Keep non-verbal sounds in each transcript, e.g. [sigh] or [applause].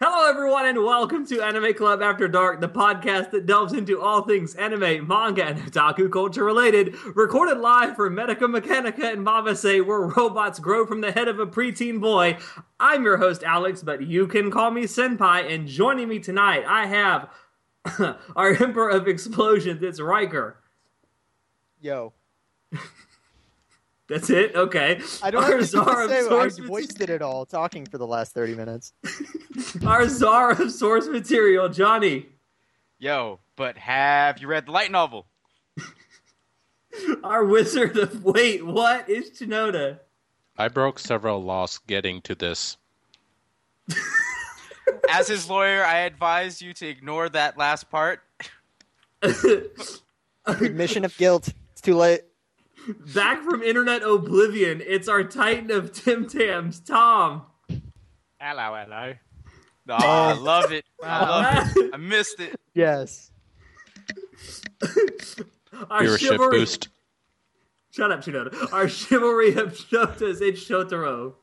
Hello, everyone, and welcome to Anime Club After Dark, the podcast that delves into all things anime, manga, and otaku culture related. Recorded live from Medica Mechanica and Mavase, where robots grow from the head of a preteen boy. I'm your host, Alex, but you can call me Senpai. And joining me tonight, I have [laughs] our Emperor of Explosions. It's Riker. Yo, That's it. Okay. I don't Our have anything czar of to say. source I material- wasted it all talking for the last thirty minutes. Our czar of source material, Johnny. Yo, but have you read the light novel? Our wizard of wait, what is Chinoda? I broke several laws getting to this. As his lawyer, I advise you to ignore that last part. Admission of guilt. It's too late. Back from internet oblivion, it's our titan of Tim Tams, Tom. Hello, hello. Ah. Aw, I Oh. love it. I love it. I missed it. Yes. [laughs] Our Viewership chivalry. boost. Shut up, Shinoda. Our chivalry of Shotas in Shotaro.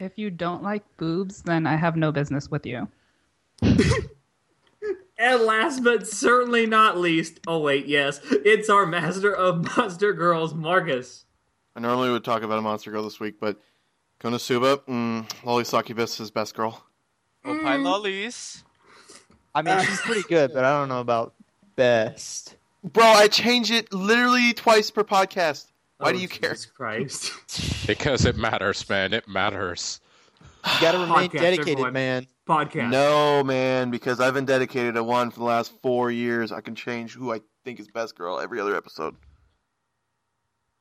If you don't like boobs, then I have no business with you. And last but certainly not least, oh wait, yes, it's our master of monster girls, Marcus. I normally would talk about a monster girl this week, but Konosuba, mm, Loli Succubus is best girl. Oh, Mm. Pie Lollies. I mean, she's pretty good, but I don't know about best. Bro, I change it literally twice per podcast. Why Oh, do you care? Jesus Christ. Because it matters, man. It matters. [sighs] You gotta remain Podcast, dedicated, everyone. man. Podcast. No, man, because I've been dedicated to one for the last four years. I can change who I think is best girl every other episode.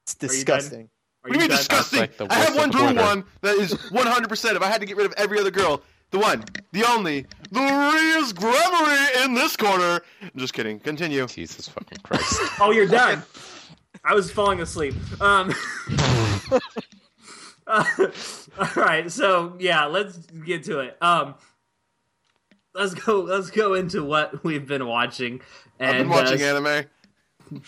It's you done? disgusting. Are What do you mean done? disgusting? That's like the I have worst one true employer. one that is 100%. If I had to get rid of every other girl, the one, the only, the Reus Gregory in this corner. I'm just kidding. Continue. Jesus fucking Christ. Oh, you're done. I was falling asleep. Um, [laughs] uh, all right, so yeah, let's get to it. Um, let's go. Let's go into what we've been watching. And, I've been watching uh, anime.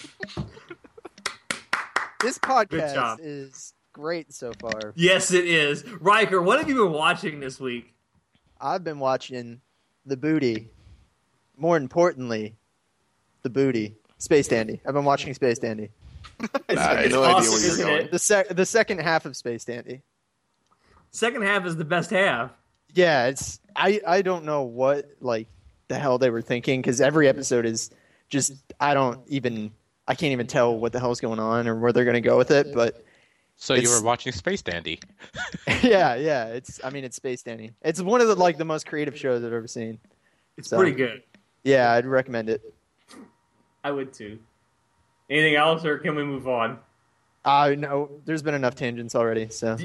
This Good job. podcast is great so far. Yes, it is. Riker, what have you been watching this week? I've been watching the booty. More importantly, the booty. Space Dandy. I've been watching Space Dandy. I have Nice. no idea awesome, where you're isn't going. it? The sec- the second half of Space Dandy. Second half is the best half. Yeah, it's I I don't know what like the hell they were thinking because every episode is just I don't even I can't even tell what the hell's going on or where they're gonna go with it. But [laughs] So you It's- were watching Space Dandy. yeah, yeah, it's I mean it's Space Dandy. It's one of the like the most creative shows I've ever seen. It's So- pretty good. Yeah, I'd recommend it. I would too. Anything else, or can we move on? [laughs] I know there's been enough tangents already, so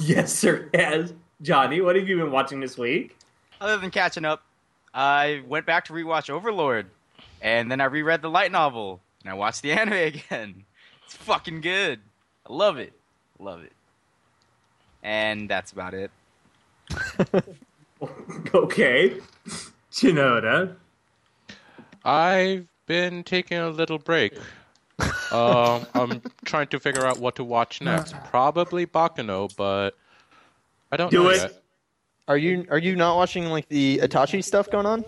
yes, sir. Yes, Johnny. What have you been watching this week? Other than catching up, I went back to rewatch Overlord, and then I reread the light novel, and I watched the anime [laughs] again. It's fucking good. I love it. Love it. And that's about it. okay. [laughs] Chinoda. I've been taking a little break. um, I'm trying to figure out what to [sighs] watch next. Probably Bakano, but I don't Do know it. yet. are you are you not watching like the Itachi stuff going on?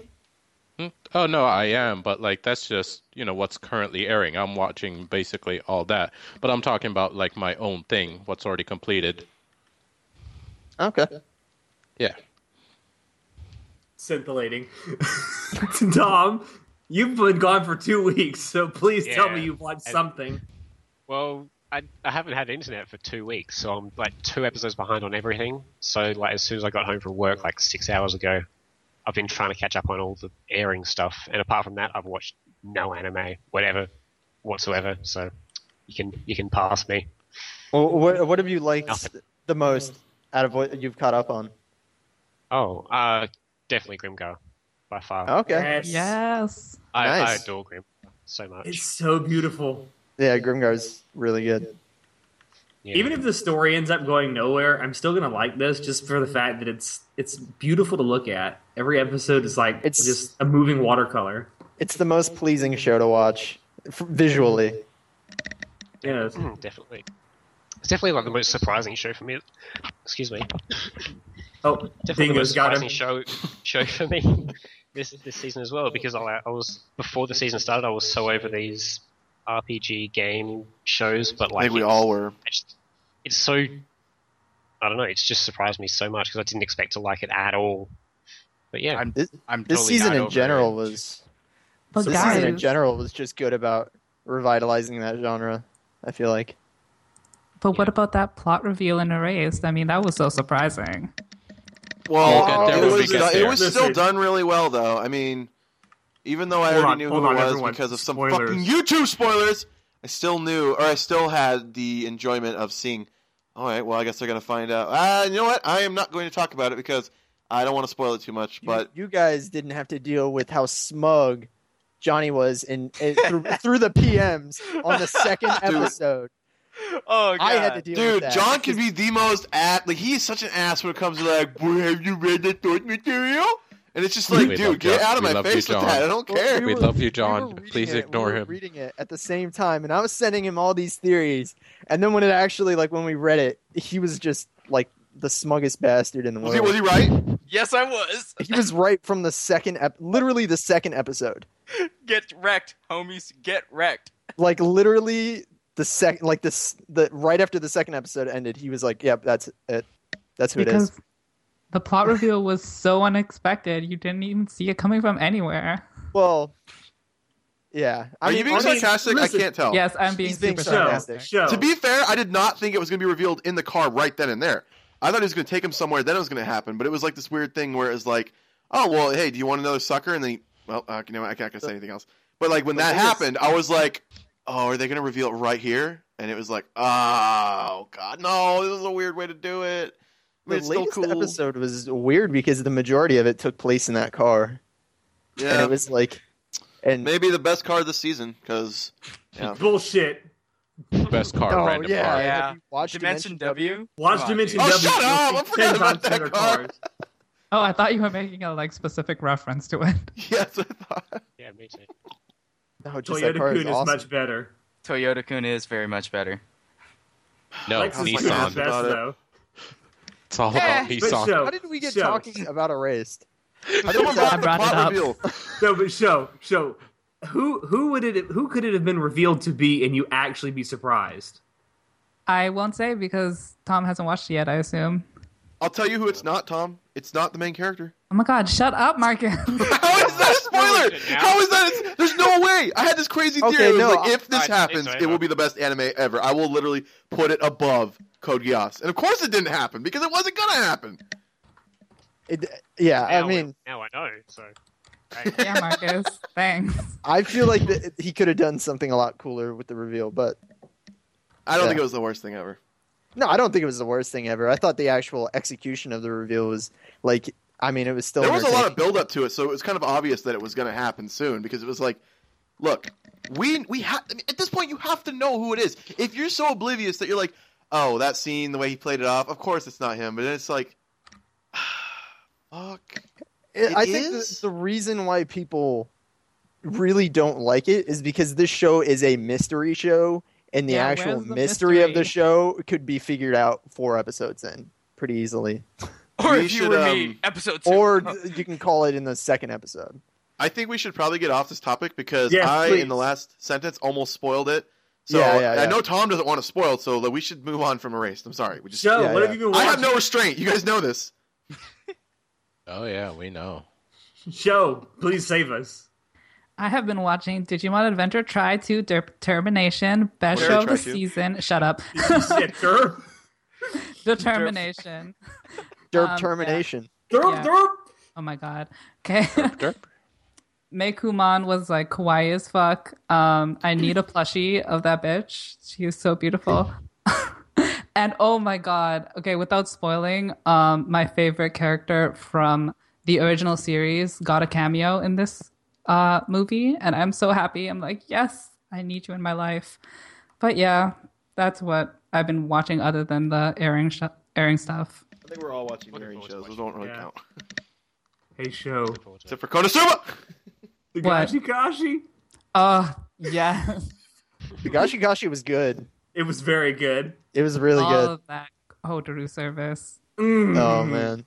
Hmm? Oh no, I am, but like that's just you know what's currently airing. I'm watching basically all that, but I'm talking about like my own thing, what's already completed. Okay. Yeah. Scintillating. [laughs] Tom, you've been gone for two weeks, so please tell Yeah. me you've watched something. Well, I, I haven't had internet for two weeks, so I'm like two episodes behind on everything. So like as soon as I got home from work, like six hours ago, I've been trying to catch up on all the airing stuff. And apart from that, I've watched no anime, whatever, whatsoever. So you can you can pass me. Well, what what have you liked Nothing. the most out of what you've caught up on? Oh, uh, definitely Grimgar by far. Okay. Yes. I, Oh, nice. I adore Grim so much. It's so beautiful. Yeah, Grimgar's really good. Yeah. Even if the story ends up going nowhere, I'm still gonna like this just for the fact that it's it's beautiful to look at. Every episode is like it's It's- just a moving watercolor. It's the most pleasing show to watch f- visually. You know, it's- Mm, definitely, it's definitely like the most surprising show for me. Excuse me. Oh, Definitely the Dingo's most got surprising him. show [laughs] show for me this this season as well because I, I was before the season started I was so over these RPG game shows, but I like think we it's- all were. I just- it's so I don't know. It's just surprised me so much because I didn't expect to like it at all. But yeah, I'm, This- I'm This totally season not in over general it. was But this guys, season in general was just good about revitalizing that genre. I feel like but what about that plot reveal in Erased? I mean, that was so surprising. We'll get Well, there it when we was, get it there. was Listen. still done really well, though. I mean, even though I Hold already on, knew hold who on, it was everyone. because of some Spoilers. fucking YouTube spoilers, I still knew, or I still had the enjoyment of seeing. All right, well, I guess they're gonna find out. Uh, you know what? I am not going to talk about it because I don't want to spoil it too much. you, But you guys didn't have to deal with how smug Johnny was in, in [laughs] through, through the PMs on the second episode. [laughs] Oh, God. I had to deal with dude, that. John can be the most at like he's such an ass when it comes to like, "Boy, have you read the thought material? And it's just like, We love dude, get John. out of We my love you, face with John. that. I don't care. [laughs] We were- love you, we John. were reading Please it- we ignore were him. Reading it at the same time, and I was sending him all these theories, and then when it actually, like, when we read it, he was just like the smuggest bastard in the Was world. he, was he right? Yes, I was. he was right from the second, ep- literally the second episode. Get wrecked, homies. Get wrecked. Like, literally the second, like this, the right after the second episode ended, he was like, "Yep, that's it. That's who it is." Because the plot reveal was so unexpected, you didn't even see it coming from anywhere. Well, yeah. I Are mean, you being I mean, sarcastic? listen. I can't tell. Yes, I'm being He's Oh, being super so- Show, sarcastic. show. Oh. To be fair, I did not think it was going to be revealed in the car right then and there. I thought he was going to take him somewhere, then it was going to happen. But it was like this weird thing where it was like, oh, well, hey, do you want another sucker? And then, he, well, uh, you know, what, I can't gonna say anything else. But like when The that biggest- happened, I was like, oh, are they going to reveal it right here? And it was like, oh, God, no, this is a weird way to do it. the I mean, it's still latest cool. episode was weird because the majority of it took place in that car, and yeah. it was like, and Maybe the best car this season [laughs] because Yeah. Bullshit. Best car, Oh, random yeah. car. Yeah. Have you watched Dimension, Dimension W. Watch Come on, Dimension dude. Oh, W. shut You'll up! see I forgot 10 times about that better car. cars. Oh, I thought you were making a like specific reference to it. yes, I thought. yeah, me too. No, just that Toyota car Kun is is awesome. much better. Toyota Kun is very much better. No, Lexus my is God. the best, Nissan. About it. though. It's all Eh. about But Nissan. show, How did we get show, talking about erased? Someone brought I up the brought it plot up. reveal. No, but show, show. Who who would it who could it have been revealed to be and you actually be surprised? I won't say because Tom hasn't watched it yet. I assume. I'll tell you who it's not, Tom. It's not the main character. Oh my God! Shut up, Marcus. [laughs] How is that a spoiler? Spoilers it [laughs] now. How is that? There's no way. I had this crazy theory. Okay, It was no, like, if this I- happens, I- I- it will be the best anime ever. I will literally put it above Code Geass, and of course it didn't happen because it wasn't gonna happen. It, yeah, Now I mean, now I know. So yeah, Marcus. Thanks. I feel like that he could have done something a lot cooler with the reveal, but I don't Yeah. think it was the worst thing ever. no, I don't think it was the worst thing ever. I thought the actual execution of the reveal was like, I mean, it was still There was a lot of entertaining. build up to it, so it was kind of obvious that it was gonna happen soon because it was like, look, we we have I mean, at this point you have to know who it is. If you're so oblivious that you're like, oh, that scene, the way he played it off, of course it's not him. But then it's like, [sighs] fuck. It I think is? the, the reason why people really don't like it is because this show is a mystery show, and the Yeah, actual where's the mystery, of the mystery? show could be figured out four episodes in pretty easily, Or We if you should, were um, me, episode two. or uh, you can call it in the second episode. I think we should probably get off this topic because Yes, I, please. in the last sentence, almost spoiled it. So Yeah, yeah, I yeah. know Tom doesn't want to spoil, so like, we should move on from Erased. I'm sorry. We just Show, Yeah, what yeah. have you been I watching? have no restraint. You guys know this. Oh yeah, we know. Show, please save us. I have been watching Digimon Adventure Try 2 Der- Termination, best Whatever, show of Try the 2. season. Shut up. [laughs] Shit, [laughs] derp. Determination. Derp Um, termination. Derp, Yeah. derp. Oh my god. Okay. Derp, [laughs] derp. Mekuman was like kawaii as fuck. Um, I need a plushie of that bitch. She is so beautiful. [laughs] and oh my god. Okay, without spoiling, um, my favorite character from the original series got a cameo in this uh movie, and I'm so happy. I'm like, yes, I need you in my life. But yeah, that's what I've been watching other than the airing sh- airing stuff. I think we're all watching Looking hearing forward to shows. Those watching. don't really Yeah. count. Hey, show. forward to it. Except for Konosuba. The What? Gashi Gashi. Oh yes. The Gashikashi was good. It was very good. It was really All good. of that Hotaru service. Mm. Oh man,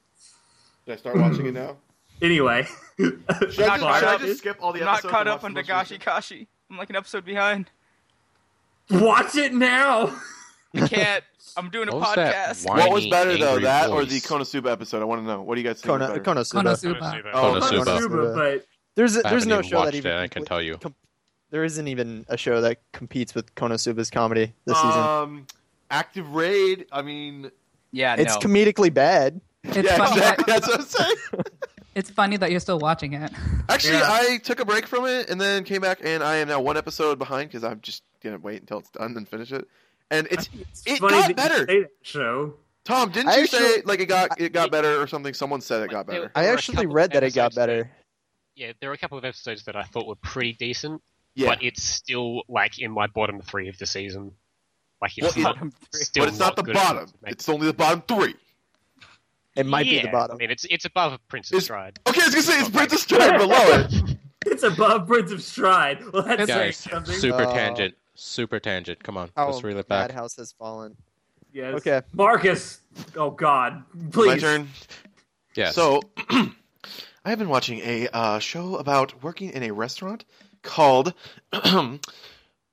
Should I start watching it now? Anyway, Should I Not just, caught should I up. just skip all the I'm not episodes? caught and up watch on the most Nagashi recent? Kashi. I'm like an episode behind. watch it now. I can't. I'm doing a What was that? podcast. Why- What was better though, Angry that or voice. the Konosuba episode? I want to know. What do you guys think? was Kona, better? Konosuba. Konosuba. Oh, Konosuba. Konosuba, but There's I there's haven't no even show watched that even it, I can comple- tell you. com- there isn't even a show that competes with Konosuba's comedy Uh, this season. Um, Active Raid. I mean, Yeah, It's no. comedically bad. It's yeah, funny. exactly. That, That's what I'm saying. it's funny that you're still watching it. [laughs] Actually, Yeah. I took a break from it and then came back, and I am now one episode behind because I'm just gonna wait until it's done and finish it. And [laughs] it's it's it funny got that you better. say that show. Tom, didn't I you actually- say like it got it got better or something? Someone said it got better. I There were a actually couple read that it got episodes that- better. Yeah, there were a couple of episodes that I thought were pretty decent, Yeah, but it's still like in my bottom three of the season. Like Well, it's it- not, Bottom three. still but it's not the good bottom. enough to make- It's only the bottom three. It might yeah, be the bottom. I mean, it's it's above Princess It's- Stride. Okay, I was gonna say it's Princess Stride below it. It's above Prince of Stride. Well, that's Yeah, saying Guys, something. super Uh, tangent. Super tangent. Come on, How let's reel it back. Madhouse has fallen. Yes. Okay. Marcus. Oh God, please. My turn. Yes. So, er, [clears throat] I have been watching a uh, show about working in a restaurant called [clears throat]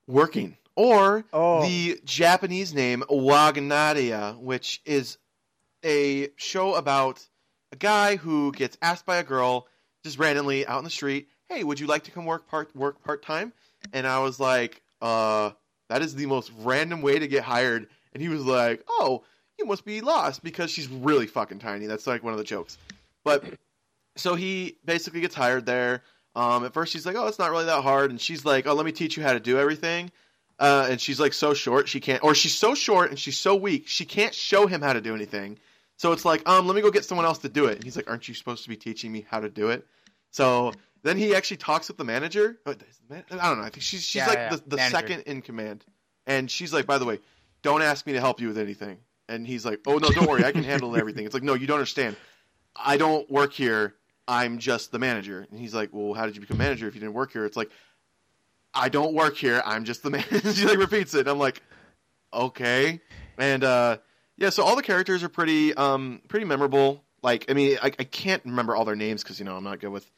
Working, or Oh. the Japanese name Wagnaria, which is a show about a guy who gets asked by a girl just randomly out in the street, "Hey, would you like to come work part work part time?" And I was like, "Uh, that is the most random way to get hired." And he was like, "Oh, you must be lost because she's really fucking tiny." That's like one of the jokes. But so he basically gets hired there. Um, at first, she's like, "Oh, it's not really that hard," and she's like, "Oh, let me teach you how to do everything." Uh, and she's like so short she can't, or she's so short and she's so weak she can't show him how to do anything. So it's like, um, let me go get someone else to do it. And he's like, "Aren't you supposed to be teaching me how to do it?" So then he actually talks with the manager. Oh, is the man- I don't know. I think she's she's Yeah, like yeah, the, the manager. second in command, and she's like, "By the way, don't ask me to help you with anything." And he's like, "Oh no, don't worry, I can handle everything." It's like, "No, you don't understand. I don't work here. I'm just the manager." And he's like, "Well, how did you become manager if you didn't work here?" It's like, "I don't work here. I'm just [laughs] the manager." she like repeats it. And I'm like, "Okay." And uh, yeah, so all the characters are pretty um, pretty memorable. Like, I mean, I, I can't remember all their names because you know I'm not good with.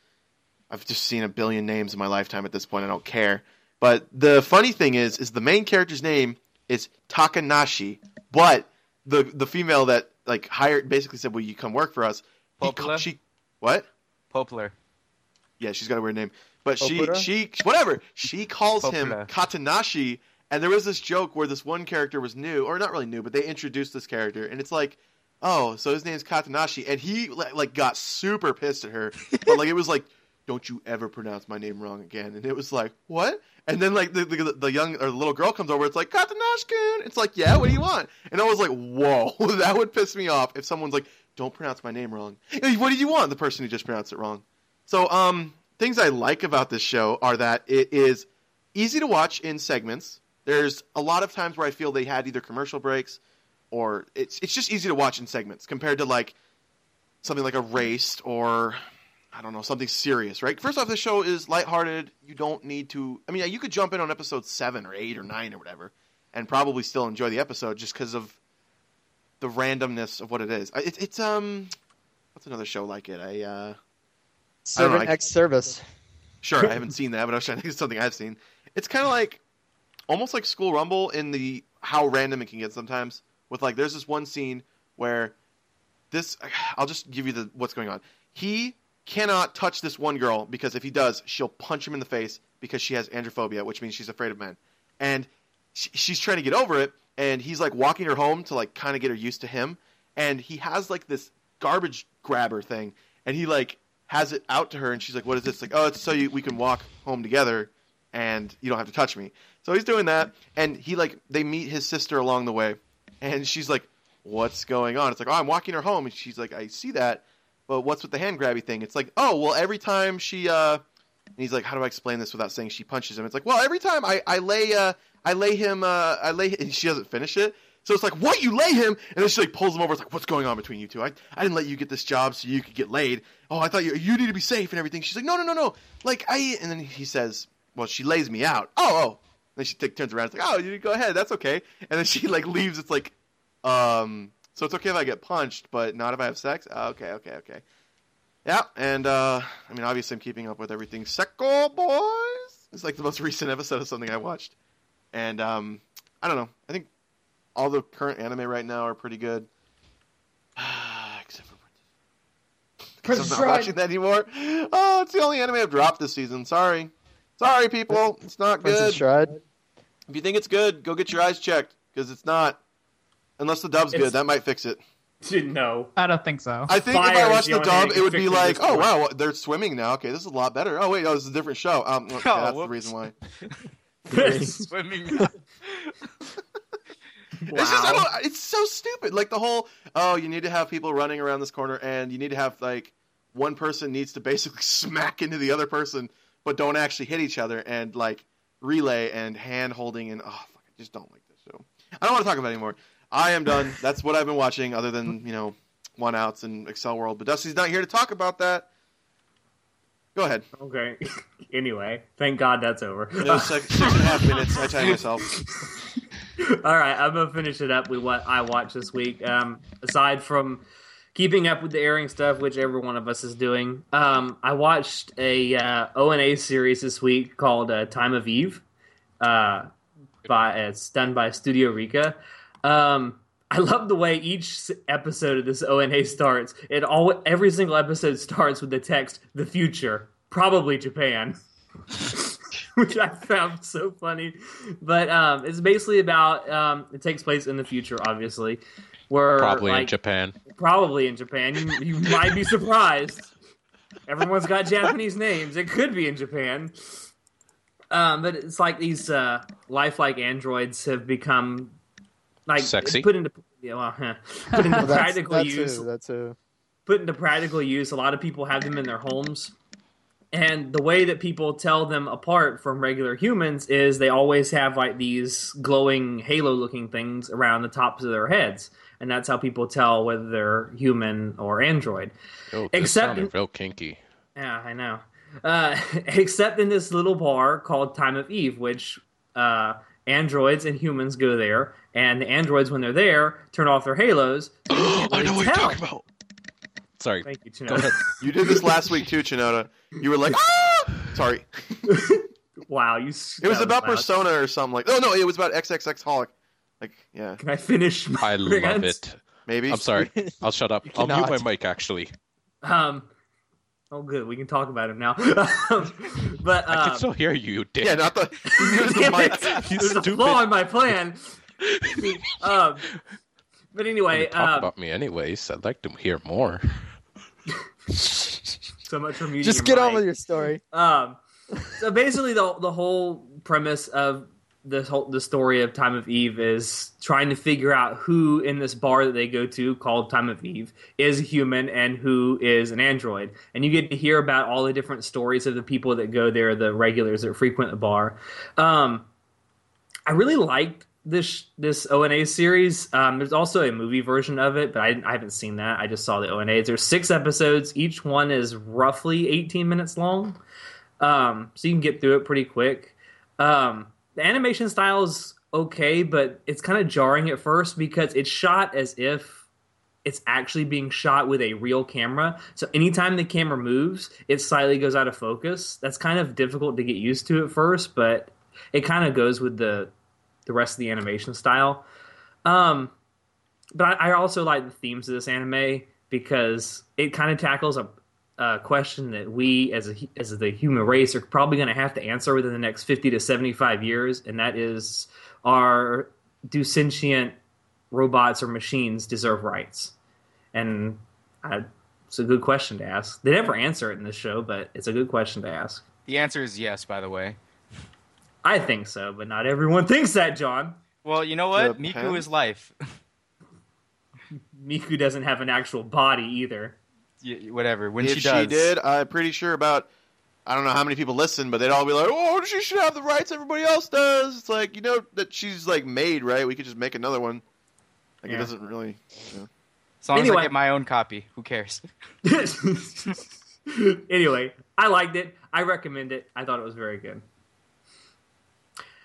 I've just seen a billion names in my lifetime at this point. I don't care. But the funny thing is, is the main character's name is Takanashi, but the the female that like hired basically said, "Will you come work for us?" He ca- Popula? She what? [laughs] Poplar. Yeah, she's got a weird name. But Opera? she she whatever. She calls him Opera. Katanashi and there was this joke where this one character was new or not really new, but they introduced this character and it's like, "Oh, so his name's Katanashi." And he li- like got super pissed at her. But like it was like, "Don't you ever pronounce my name wrong again." And it was like, "What?" And then like the the, the young or the little girl comes over, it's like, "Katanashi-kun." It's like, "Yeah, what do you want?" And I was like, "Whoa, [laughs] that would piss me off if someone's like, "Don't pronounce my name wrong." Hey, What do you want? The person who just pronounced it wrong. So, um, things I like about this show are that it is easy to watch in segments. There's a lot of times where I feel they had either commercial breaks or it's it's just easy to watch in segments compared to like something like a race or I don't know, something serious, right? First off, the show is lighthearted. You don't need to I mean, yeah, you could jump in on episode 7 or 8 or 9 or whatever and probably still enjoy the episode just cuz of the randomness of what it is. I- It's it's um what's another show like it? I uh I don't know, Servant I- X service. Sure, I haven't seen that, but I was trying to think of something I've seen. It's kind of like almost like School Rumble in the how random it can get sometimes. With like, there's this one scene where this. [sighs] I'll just give you the what's going on. He cannot touch this one girl because if he does, she'll punch him in the face because she has androphobia, which means she's afraid of men. And she, she's trying to get over it, and he's like walking her home to like kind of get her used to him. And he has like this garbage grabber thing, and he like has it out to her, and she's like, "What is this?" Like, "Oh, it's so you, we can walk home together, and you don't have to touch me." So he's doing that, and he like they meet his sister along the way, and she's like, "What's going on?" It's like, "Oh, I'm walking her home," and she's like, "I see that, but what's with the hand grabby thing?" It's like, "Oh, well, every time she uh," and he's like, "How do I explain this without saying she punches him?" It's like, "Well, every time I I lay uh I lay him uh I lay," [laughs] and she doesn't finish it. So it's like, what you lay him, and then she like pulls him over. It's like, what's going on between you two? I, I didn't let you get this job so you could get laid. Oh, I thought you you need to be safe and everything. She's like, no, no, no, no. Like I, and then he says, well, she lays me out. Oh, oh. And then she t- turns around. It's like, oh, you go ahead, that's okay. And then she like leaves. It's like, um, so it's Ah, okay if I get punched, but not if I have sex. Oh, okay, okay, okay. Yeah, and uh, I mean, obviously, I'm keeping up with everything. Seko Boys. It's like the most [laughs] recent episode of something I watched, and um, I don't know. I think all the current anime right now are pretty good, [sighs] except for Princess. 'Cause I'm not watching that anymore. Oh, it's the only anime I've dropped this season. Sorry, sorry, people. It's not good. Princess Stride. If you think it's good, go get your eyes checked because it's not. Unless the dub's It's- good, that might fix it. [laughs] [laughs] no. I don't think so. I think if Fire I is watched the the only thing dub, that it can would be fix it at like, this oh point." wow, they're swimming now. Okay, this is a lot better. Oh wait, no, this is a different show. Um, okay, Oh, that's the whoops. reason why. [laughs] Swimming. It's just, I don't, it's so stupid. Like the whole, oh, you need to have people running around this corner, and you need to have like one person needs to [laughs] basically smack into the other person, but don't actually hit each other, and like relay and hand holding, and oh, fuck, I just don't like this show. I don't want to talk about it anymore. I am done. That's what I've been watching, other than you know, one outs and Excel World. But Dusty's not here to talk about that. Go ahead. Okay. [laughs] anyway, thank God that's over. It was like six and a half minutes. I timed myself. [laughs] All right, I'm gonna finish it up with what I watched this week. Um, aside from keeping up with the airing stuff, which every one of us is doing, um, I watched a uh, O&A series this week called uh, "Time of Eve," uh, by it's done by Studio Rica. Um, I love the way each s- episode of this O&A starts. It all every single episode starts with the text "The future, probably Japan." [laughs] which I found so funny. But um, it's basically about um, it takes place in the future, obviously. Where Probably in like, Japan. Probably in Japan. You, you might be surprised. Everyone's got Japanese names. It could be in Japan. Um, but it's like these uh, lifelike androids have become like Sexy. put into yeah, well, huh. put into Well, that's, practical that's use Who, that's who. put into practical use. A lot of people have them in their homes. And the way that people tell them apart from regular humans is they always have like these glowing halo looking things around the tops of their heads. And that's how people tell whether they're human or android. Oh, this Except- sounded real kinky. Yeah, I know. Uh, [laughs] except in this little bar called Time of Eve, which uh, androids and humans go there. And the androids, when they're there, turn off their [gasps] halos. so you can't really tell. about. Sorry. Thank you, Chino. Go ahead. You did this last week too, Shinoda. You were like, ah! sorry. Wow, you. It was about loud. Persona or something like. Oh no, it was about XXX Holic. Like, yeah, Can I finish? My [laughs] I love rants? it. maybe. I'm sorry. I'll shut up. I'll mute my cannot. mic, actually. Um. Oh, good. We can talk about him now. [laughs] but I Uh, um, [laughs] can still hear you, you [laughs] dick. Yeah, not the. [laughs] the Damn [laughs] it. mic. You there's a stupid. flaw in my plan. um. But anyway, talk uh, um, about me anyways. I'd like to hear more. so much for muting Just your get on mic. with your story. Um, so basically, the the whole premise of this whole the story of Time of Eve is trying to figure out who in this bar that they go to called Time of Eve is a human and who is an android. And you get to hear about all the different stories of the people that go there, the regulars that frequent the bar. Um, I really liked this this ONA series. Um, there's also a movie version of it, but I, didn't- I haven't seen that. I just saw the ONAs. There's six episodes. Each one is roughly 18 minutes long, um, so you can get through it pretty quick. Um, the animation style is okay, but it's kind of jarring at first because it's shot as if it's actually being shot with a real camera. So anytime the camera moves, it slightly goes out of focus. That's kind of difficult to get used to at first, but it kind of goes with the the rest of the animation style. Um, but I, I also like the themes of this anime because it kind of tackles a, a question that we as a, hu- as the human race are probably going to have to answer within the next 50 to 75 years, and that is are do sentient robots or machines deserve rights? And I, it's a good question to ask. They never answer it in this show, but it's a good question to ask. the answer is yes, by the way. I think so, but not everyone [laughs] thinks that, John. Well, you know what? The Miku pen? is life. [laughs] Miku doesn't have an actual body either. Y- Whatever. When if she does. did, I'm pretty sure about. I don't know how many people listen, but they'd all be like, "Oh, she should have the rights everybody else does." It's like you know that she's like made, right? We could just make another one. Like Yeah. it doesn't really. As long as Anyway. I get my own copy, who cares? [laughs] anyway, I liked it. I recommend it. I thought it was very good.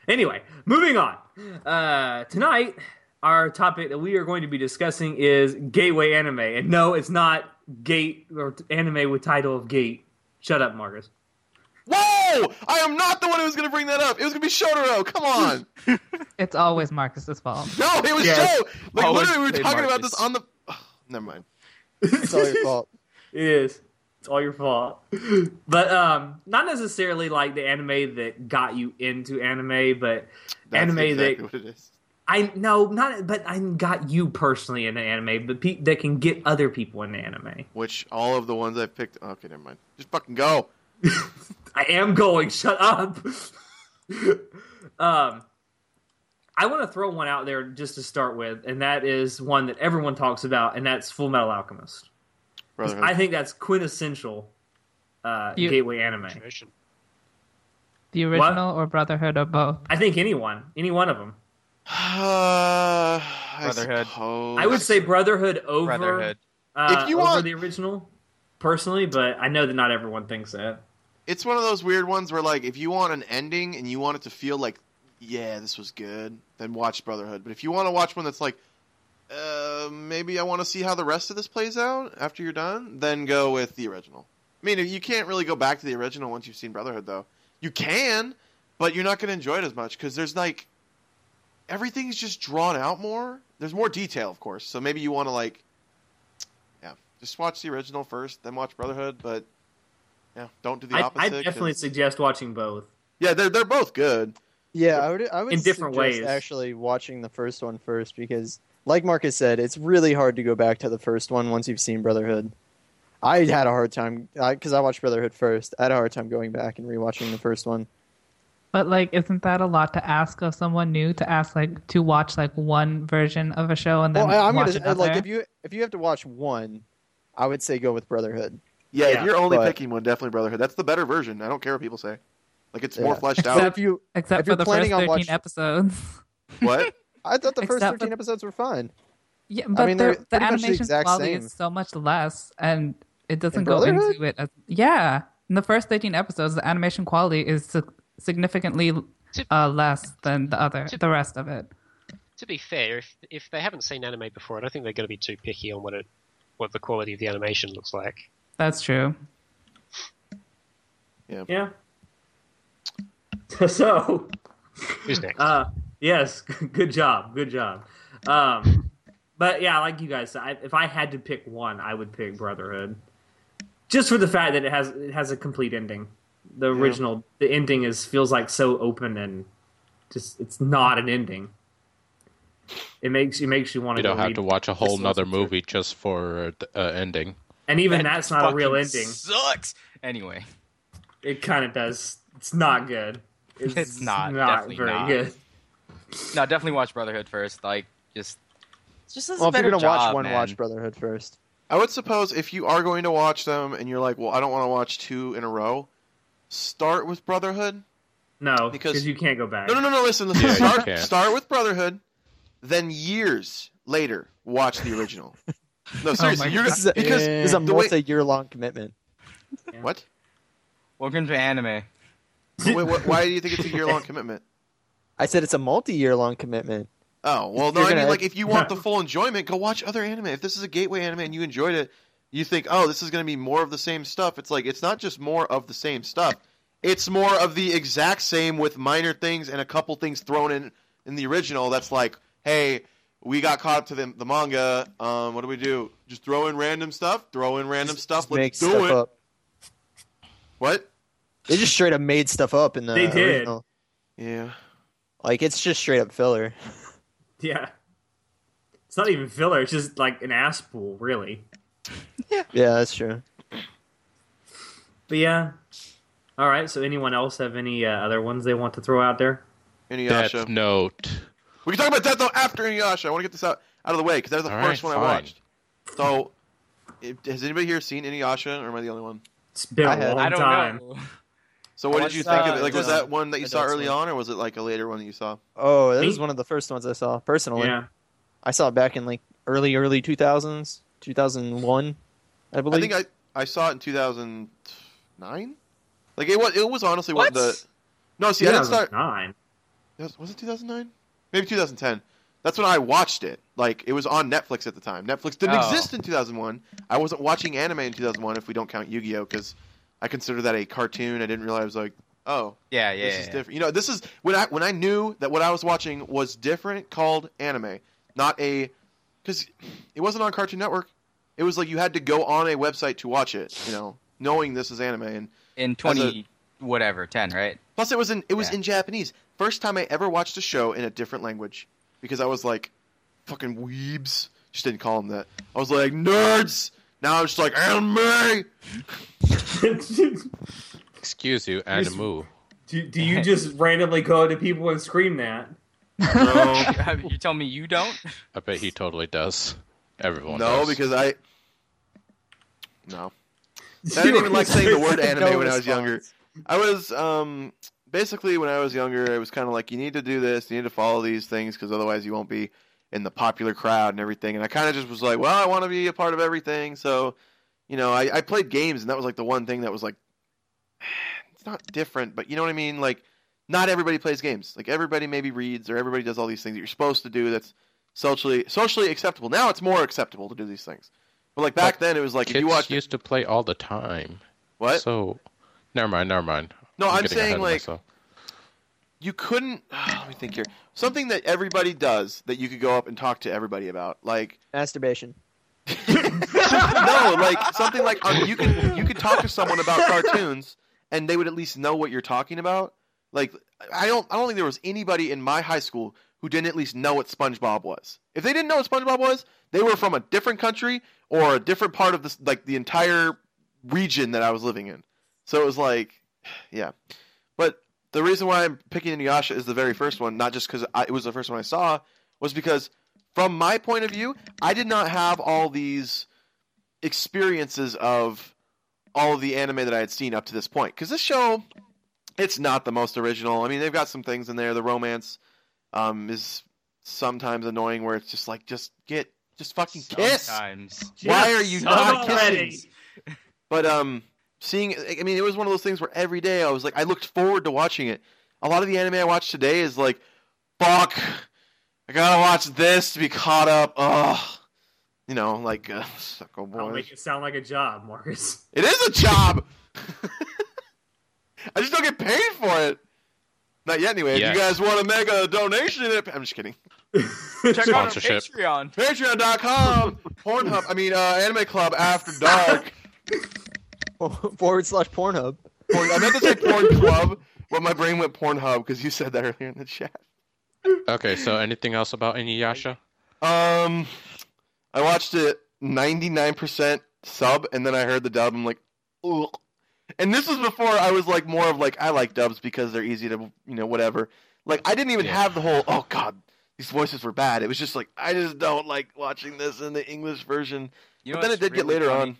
Anyway, moving on. Uh, tonight, our topic that we are going to be discussing is gateway anime. And no, it's not Gate or t- anime with title of Gate. Shut up, Marcus. Whoa! I am not the one who was going to bring that up. It was going to be Shotaro. Come on. It's always Marcus's fault. No, it was Yes. Joe. Like Always literally, we were blame talking about Marcus. this on the. [sighs] Ugh, never mind. It's all [laughs] your fault. It is. It's all your fault. [laughs] But um not necessarily like the anime that got you into anime, but That's anime exactly that what it is. I no, not but I got you personally into anime, but pe- that can get other people into anime. Which all of the ones I picked. Okay, never mind. Just fucking go. I am going. [laughs] Shut up. um, I want to throw one out there just to start with, and that is one that everyone talks about, and that's Full Metal Alchemist. 'Cause Brotherhood. I think that's quintessential uh, You- gateway anime. Version. The original or Brotherhood or both. I think anyone, any one of them. Uh, [sighs] I Brotherhood. suppose. I would say Brotherhood over Brotherhood. Uh, If you over want- the original, personally, but I know that not everyone thinks that. it's one of those weird ones where like if you want an ending and you want it to feel like yeah this was good then watch brotherhood but if you want to watch one that's like uh, maybe i want to see how the rest of this plays out after you're done then go with the original i mean you can't really go back to the original once you've seen brotherhood though you can but you're not going to enjoy it as much because there's like everything's just drawn out more there's more detail of course so maybe you want to like yeah just watch the original first then watch brotherhood but yeah don't do the I, opposite I 'cause- definitely suggest watching both. yeah, they're they're both good. Yeah, I would. I would In different suggest ways. Actually, watching the first one first because, like Marcus said, it's really hard to go back to the first one once you've seen Brotherhood. I had a hard time because I watched Brotherhood first. I had a hard time going back and rewatching the first one. But like, isn't that a lot to ask of someone new to ask like to watch like one version of a show and then Well, I, I'm watch gonna uh, another? like if you if you have to watch one, I would say go with Brotherhood. Yeah, Yeah, if you're only but- picking one, definitely Brotherhood. That's the better version. I don't care what people say. Like it's more Yeah. fleshed So out. if you, Except if for you're the first planning on thirteen watching- episodes. [laughs] [laughs] what? I thought the first Except for- 13 episodes were fine. Yeah, but mean, they're- they're pretty much the the animation exact quality same. is so much less, and it doesn't In go into Brotherhood? it. As, yeah, in the first thirteen episodes, the animation quality is sig- significantly uh, less than the other, the rest of it. To be fair, if if they haven't seen anime before, I don't think they're going to be too picky on what it what the quality of the animation looks like. That's true. Yeah. [laughs] So, Who's next? uh, yes, [laughs] good job, good job. Um, but yeah, like you guys said, I, if I had to pick one, I would pick Brotherhood, just for the fact that it has it has a complete ending. The original, the ending is feels like so open and just it's not an ending. It makes it makes you want You to. don't have to watch a whole This nother one's a jerk. movie just for the uh, ending. and [laughs] even that's not a real Fucking ending. Sucks. Anyway, It kind of does. It's not good. It's, It's not, not definitely very not. good. no, definitely watch Brotherhood first. Like, just, just does Well, a if you're better gonna job, watch one, man. watch Brotherhood [laughs] first. I would suppose if you are going to watch them and you're like, well, I don't want to watch two in a row. Start with Brotherhood. No, Because- because you can't go back. No, no, no, no. Listen, listen. Yeah, you start can. start with Brotherhood, then years later watch the original. Oh No, seriously, my you're This is a, because this is a the way- multi-year long commitment. what? Welcome to anime. Wait, wh- why do you think it's a year long commitment? I said it's a multi-year long commitment. Oh well, If no. you're I mean, gonna- like, if [laughs] you want the full enjoyment, go watch other anime. If this is a gateway anime and you enjoyed it, you think, oh, this is going to be more of the same stuff. It's like it's not just more of the same stuff; it's more of the exact same with minor things and a couple things thrown in in the original. That's like, hey, we got caught up to the, the manga. Um, what do we do? Just throw in random stuff. Throw in random stuff. Just make Let's do stuff it. up. What? They just straight up made stuff up in the They did. original. Yeah. Like it's just straight [laughs] up filler. Yeah. It's not even filler. It's just like an ass pool, really. Yeah, that's true. But yeah. All right. So, anyone else have any uh, other ones they want to throw out there? Inuyasha. Death Note. We can talk about that though after Inuyasha. I want to get this out out of the way because that was the All first right, one I fine. watched. So, if, has anybody here seen Inuyasha, or am I the only one? It's been I a had- long I don't time. know. So, what I did you watched, think of uh, it? Like, was the that one that you saw adult early one. on, or was it like a later one that you saw? Oh, that Me- was one of the first ones I saw personally. Yeah. I saw it back in like early early 2000s, 2001, I believe. I think I I saw it in 2009. Like it was it was honestly What? what, the no see I didn't start 2009. was it 2009 maybe 2010. That's when I watched it. Like it was on Netflix at the time. Netflix didn't Oh. exist in 2001. I wasn't watching anime in 2001 if we don't count Yu-Gi-Oh because I consider that a cartoon. I didn't realize like oh Yeah, yeah. this is yeah. different. You know, this is when I when I knew that what I was watching was different, called anime, not a because it wasn't on Cartoon Network. It was like you had to go on a website to watch it. You know, knowing this is anime, and In 20 whatever, 10, [laughs] right? plus it was in it was Yeah. in Japanese. First time I ever watched a show in a different language because I was like, fucking weebs. Just didn't call them that. I was like nerds. Now I'm just like anime. do, Excuse you, Animu. [laughs] do [laughs] you just randomly go to people and scream that? No, you tell me you don't? I bet he totally does. Everyone [laughs] no, does. because I no. I didn't even like saying [laughs] the word anime No when I response. was younger. I was um, basically when I was younger, I was kind of like, you need to do this, you need to follow these things, because otherwise you won't be in the popular crowd and everything. And I kind of just was like, well, I want to be a part of everything, so you know, I, I played games, and that was like the one thing that was like, [sighs] it's not different, but you know what I mean, like. Not everybody plays games. Like everybody maybe reads or everybody does all these things that you're supposed to do. That's socially socially acceptable. Now it's more acceptable to do these things. But like back then, it was like if kids you watched used to play all the time. what? So, never mind, never mind. No, I'm getting saying, ahead of like, myself. you couldn't [sighs] let me think here something that everybody does that you could go up and talk to everybody about like Masturbation. [laughs] no like something like um, you could you could talk to someone about cartoons and they would at least know what you're talking about like i don't i don't think there was anybody in my high school who didn't at least know what spongebob was if they didn't know what spongebob was they were from a different country or a different part of this like the entire region that i was living in so it was like [sighs] yeah but the reason why i'm picking inuyasha is the very first one not just because it was the first one i saw was because from my point of view i did not have all these experiences of all of the anime that I had seen up to this point. Because this show, it's not the most original. I mean, they've got some things in there. The romance um, is sometimes annoying, where it's just like, just get, just fucking [laughs] kiss. Sometimes. Why Just are you suck not kissing? already. But um, seeing, I mean, it was one of those things where every day I was like, I looked forward to watching it. A lot of the anime I watch today is like, fuck, I gotta watch this to be caught up. Ugh, you know, like, uh, [laughs] sucker I'll boy. make it sound like a job, Marcus. It is [laughs] a job. I just don't get paid for it. Not yet, anyway. If Yes. you guys want to make a donation, in it, I'm just kidding. [laughs] Check out our Sponsorship. Patreon. Patreon.com, Pornhub. I mean, uh, Anime Club After Dark. Forward slash Pornhub. Porn, I meant to say Porn Club, but my brain went Pornhub because you said that earlier in the chat. Okay, so anything else about Inuyasha? Um, I watched it 99% sub, and then I heard the dub. I'm like, ugh. And this was before I was like more of like I like dubs because they're easy to you know whatever. Like I didn't even Yeah. have the whole oh god these voices were bad. It was just like I just don't like watching this in the English version. You know but then it what's did get really later funny? on.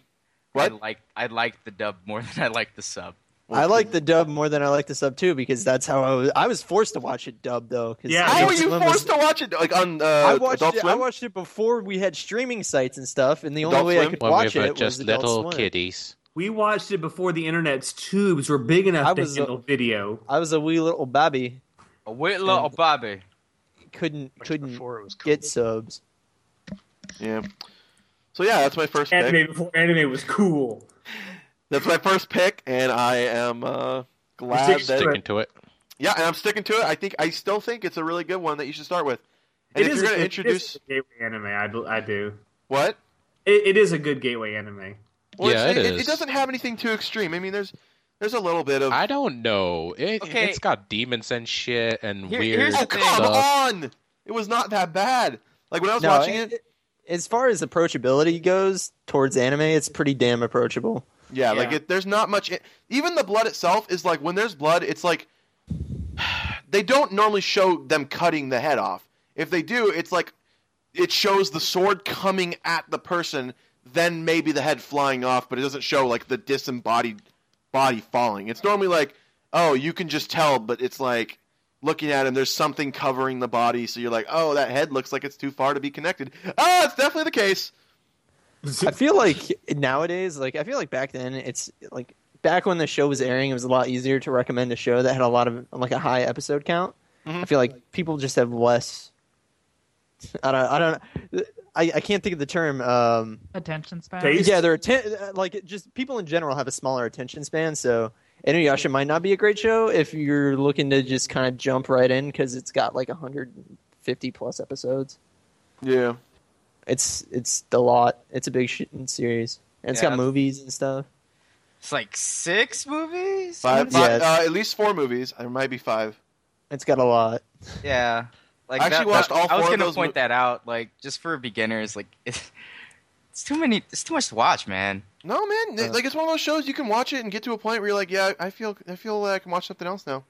What? I like I like the dub more [laughs] than I like the sub. I like the dub more than I like the sub too because that's how I was. I was forced to watch it dub though. 'cause Yeah, How Adult were you Swim was- forced to watch it like on uh, I watched Adult it. Swim? I watched it before we had streaming sites and stuff, and the only Adult way Swim? I could When watch we were it was just Adult little Swim. kiddies. We watched it before the internet's tubes were big enough I to was uh, a- handle video. I was a wee little babby. A wit little And- Bobby. Couldn't Which couldn't before it was cool. get subs. Yeah. So yeah, that's my first pick. Anime before anime was cool. That's my first pick, and I am uh, glad sticking that to it. Sticking to it. Yeah, and I'm sticking to it. I think I still think it's a really good one that you should start with. And It if is you're a going good- to it is introduce a gateway anime. I, bel- I do. what? It, it is a good gateway anime. Yeah, it's- it it, is. doesn't have anything too extreme. I mean, there's there's a little bit of I don't know. It, Okay. It's got demons and shit and Here- weird here's the oh thing. come stuff. on, it was not that bad. Like when I was No, watching it- it, as far as approachability goes towards anime, it's pretty damn approachable. yeah, like yeah. it, there's not much. It, even the blood itself is like when there's blood, it's like [sighs] they don't normally show them cutting the head off. If they do, it's like it shows the sword coming at the person, then maybe the head flying off, but it doesn't show like the disembodied body falling. It's normally like, oh, you can just tell, but it's like looking at him, there's something covering the body, so you're like, oh, that head looks like it's too far to be connected. Oh, it's definitely the case. I feel like nowadays, like I feel like back then, it's like back when the show was airing, it was a lot easier to recommend a show Mm-hmm. that had a lot of like a high episode count. I feel like people just have less I don't. I don't. I, I can't think of the term. Um, Attention span. Taste? yeah, their atten- uh, like it just people in general have a smaller attention span, so Inuyasha might not be a great show if you're looking to just kind of jump right in because it's got like 150 plus episodes. Yeah. It's it's a lot. It's a big sh- series, and it's Yeah. got movies and stuff. It's like six movies. Five, Yeah, five it's- uh, at least four movies. There might be five. It's got a lot. Yeah. Like I actually that- watched that- all I four was of gonna those point mo- that out, like just for beginners, like [laughs] it's, it's too many. It's too much to watch, man. [laughs] No, man. Uh. like it's one of those shows you can watch it and get to a point where you're like, yeah, I feel, I feel like I can watch something else now.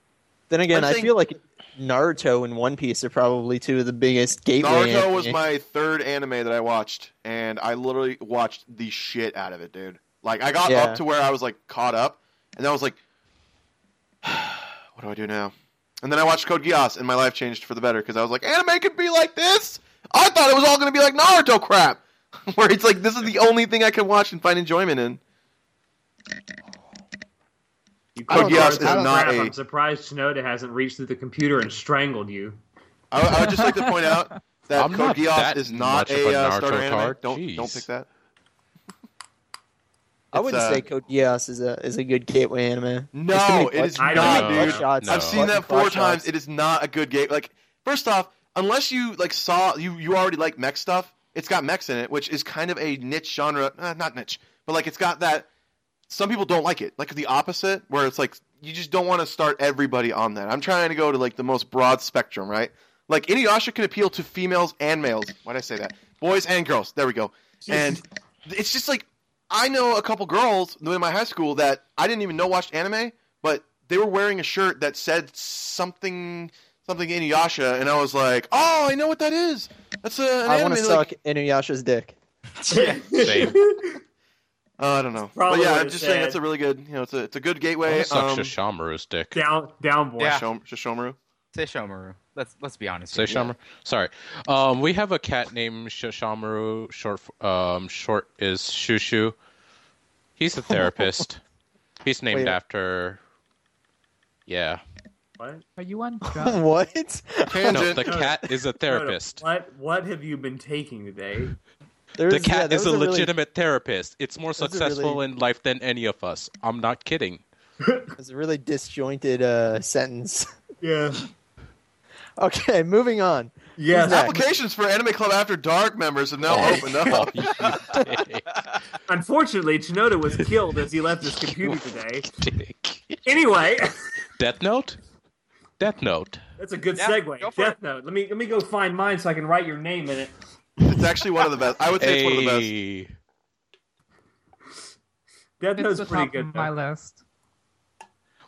Then again, I I think- feel like Naruto and One Piece are probably two of the biggest gateway. Naruto anime. was my third anime that I watched, and I literally watched the shit out of it, dude. Like I got Yeah. up to where I was like caught up, and then I was like, [sighs] "What do I do now?" And then I watched Code Geass, and my life changed for the better because I was like, "Anime could be like this." I thought it was all going to be like Naruto crap, [laughs] where it's like this is the only thing I can watch and find enjoyment in. I don't Code Geass is know. I don't not Crap, a I'm surprised Shinoda hasn't reached through the computer and strangled you. I, I would just like to [laughs] point out that I'm Code not Geass that is not much of a, a uh, Naruto starter anime. card. Don't Jeez. don't pick that. I wouldn't it's, uh, say Code Geass is a is a good gateway anime. No, There's too many it butt- is too many not, butt dude. shots, No. I've butt- seen butt that four shots. times. It is not a good game. Like first off, unless you like saw you you already like mech stuff, it's got mechs in it, which is kind of a niche genre. Uh, not niche, but like it's got that. Some people don't like it. Like the opposite, where it's like you just don't want to start everybody on that. I'm trying to go to like the most broad spectrum, right? Like Inuyasha can appeal to females and males. Why did I say that? Boys and girls. There we go. And it's just like I know a couple girls in my high school that I didn't even know watched anime, but they were wearing a shirt that said something something Inuyasha, and I was like, "Oh, I know what that is. That's a, an I anime." want to like- suck Inuyasha's dick. same. [laughs] Oh, I don't know. But Probably yeah, what I'm it just saying said. it's a really good. You know, it's a it's a good gateway. Wanna Suck um, Shishamaru's dick. down, down, boy. Yeah. Shishom- Shishomaru. Say Shomaru. Let's let's be honest. Say here. Shamaru. Sorry. Um, we have a cat named Shishamaru. Short, f- um, short is Shushu. He's a therapist. He's named Wait. after. Yeah. What? Are you [laughs] on drugs? [laughs] what? No, Tangent. the cat is [laughs] a therapist. What? What have you been taking [laughs] today? There's- The yeah, cat there is was a really- legitimate therapist. It's more That was a successful really- in life than any of us. I'm not kidding. It was a really disjointed uh, sentence. [laughs] Yeah. Okay, moving on. Yes. Who's Applications for Anime Club After Dark members have now Oh, [laughs] opened up. Oh, you Unfortunately, Shinoda was killed as he left his computer today. dick. Anyway, [laughs] Death Note? Death Note. that's a good Yeah, segue. go for Death Note. Let me let me go find mine so I can write your name in it. It's actually one of the best. I would say it's one of the best. Hey. Death it's Note's the pretty top good. of my though. list.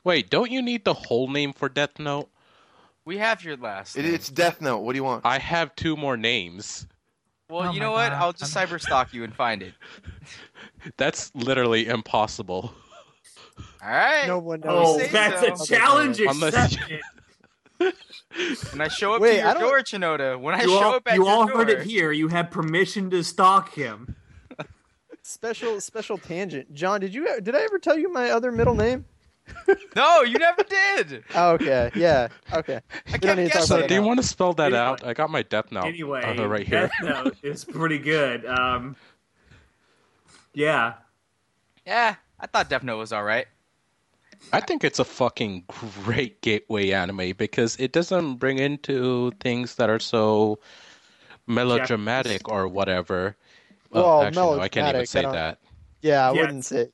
Wait, don't you need the whole name for Death Note? We have your last. It, name. it's Death Note. What do you want? I have two more names. Well, Oh you my know what? God. I'll just cyber stalk you and find it. That's literally impossible. All right. No one knows. Oh, say that's so. a challenge Unless- [laughs] accepted. When I show up Wait, to I your don't- door, Chinoda. When I You show all, up at you your all door, heard it here. You have permission to stalk him. Special special tangent. John, did you did I ever tell you my other middle name? No, you never did. Oh, okay, yeah, okay. I don't need can't to talk guess about So, it it. do you want to spell that Anyway. out? I got my Death Note anyway, uh, right here. Death Note is pretty good. Um, yeah, Yeah, I thought Death Note was all right. I think it's a fucking great gateway anime because it doesn't bring into things that are so melodramatic or whatever. Well, actually, no, I can't melodramatic, even uh, I say don't- that. Yeah, I Yeah. wouldn't say.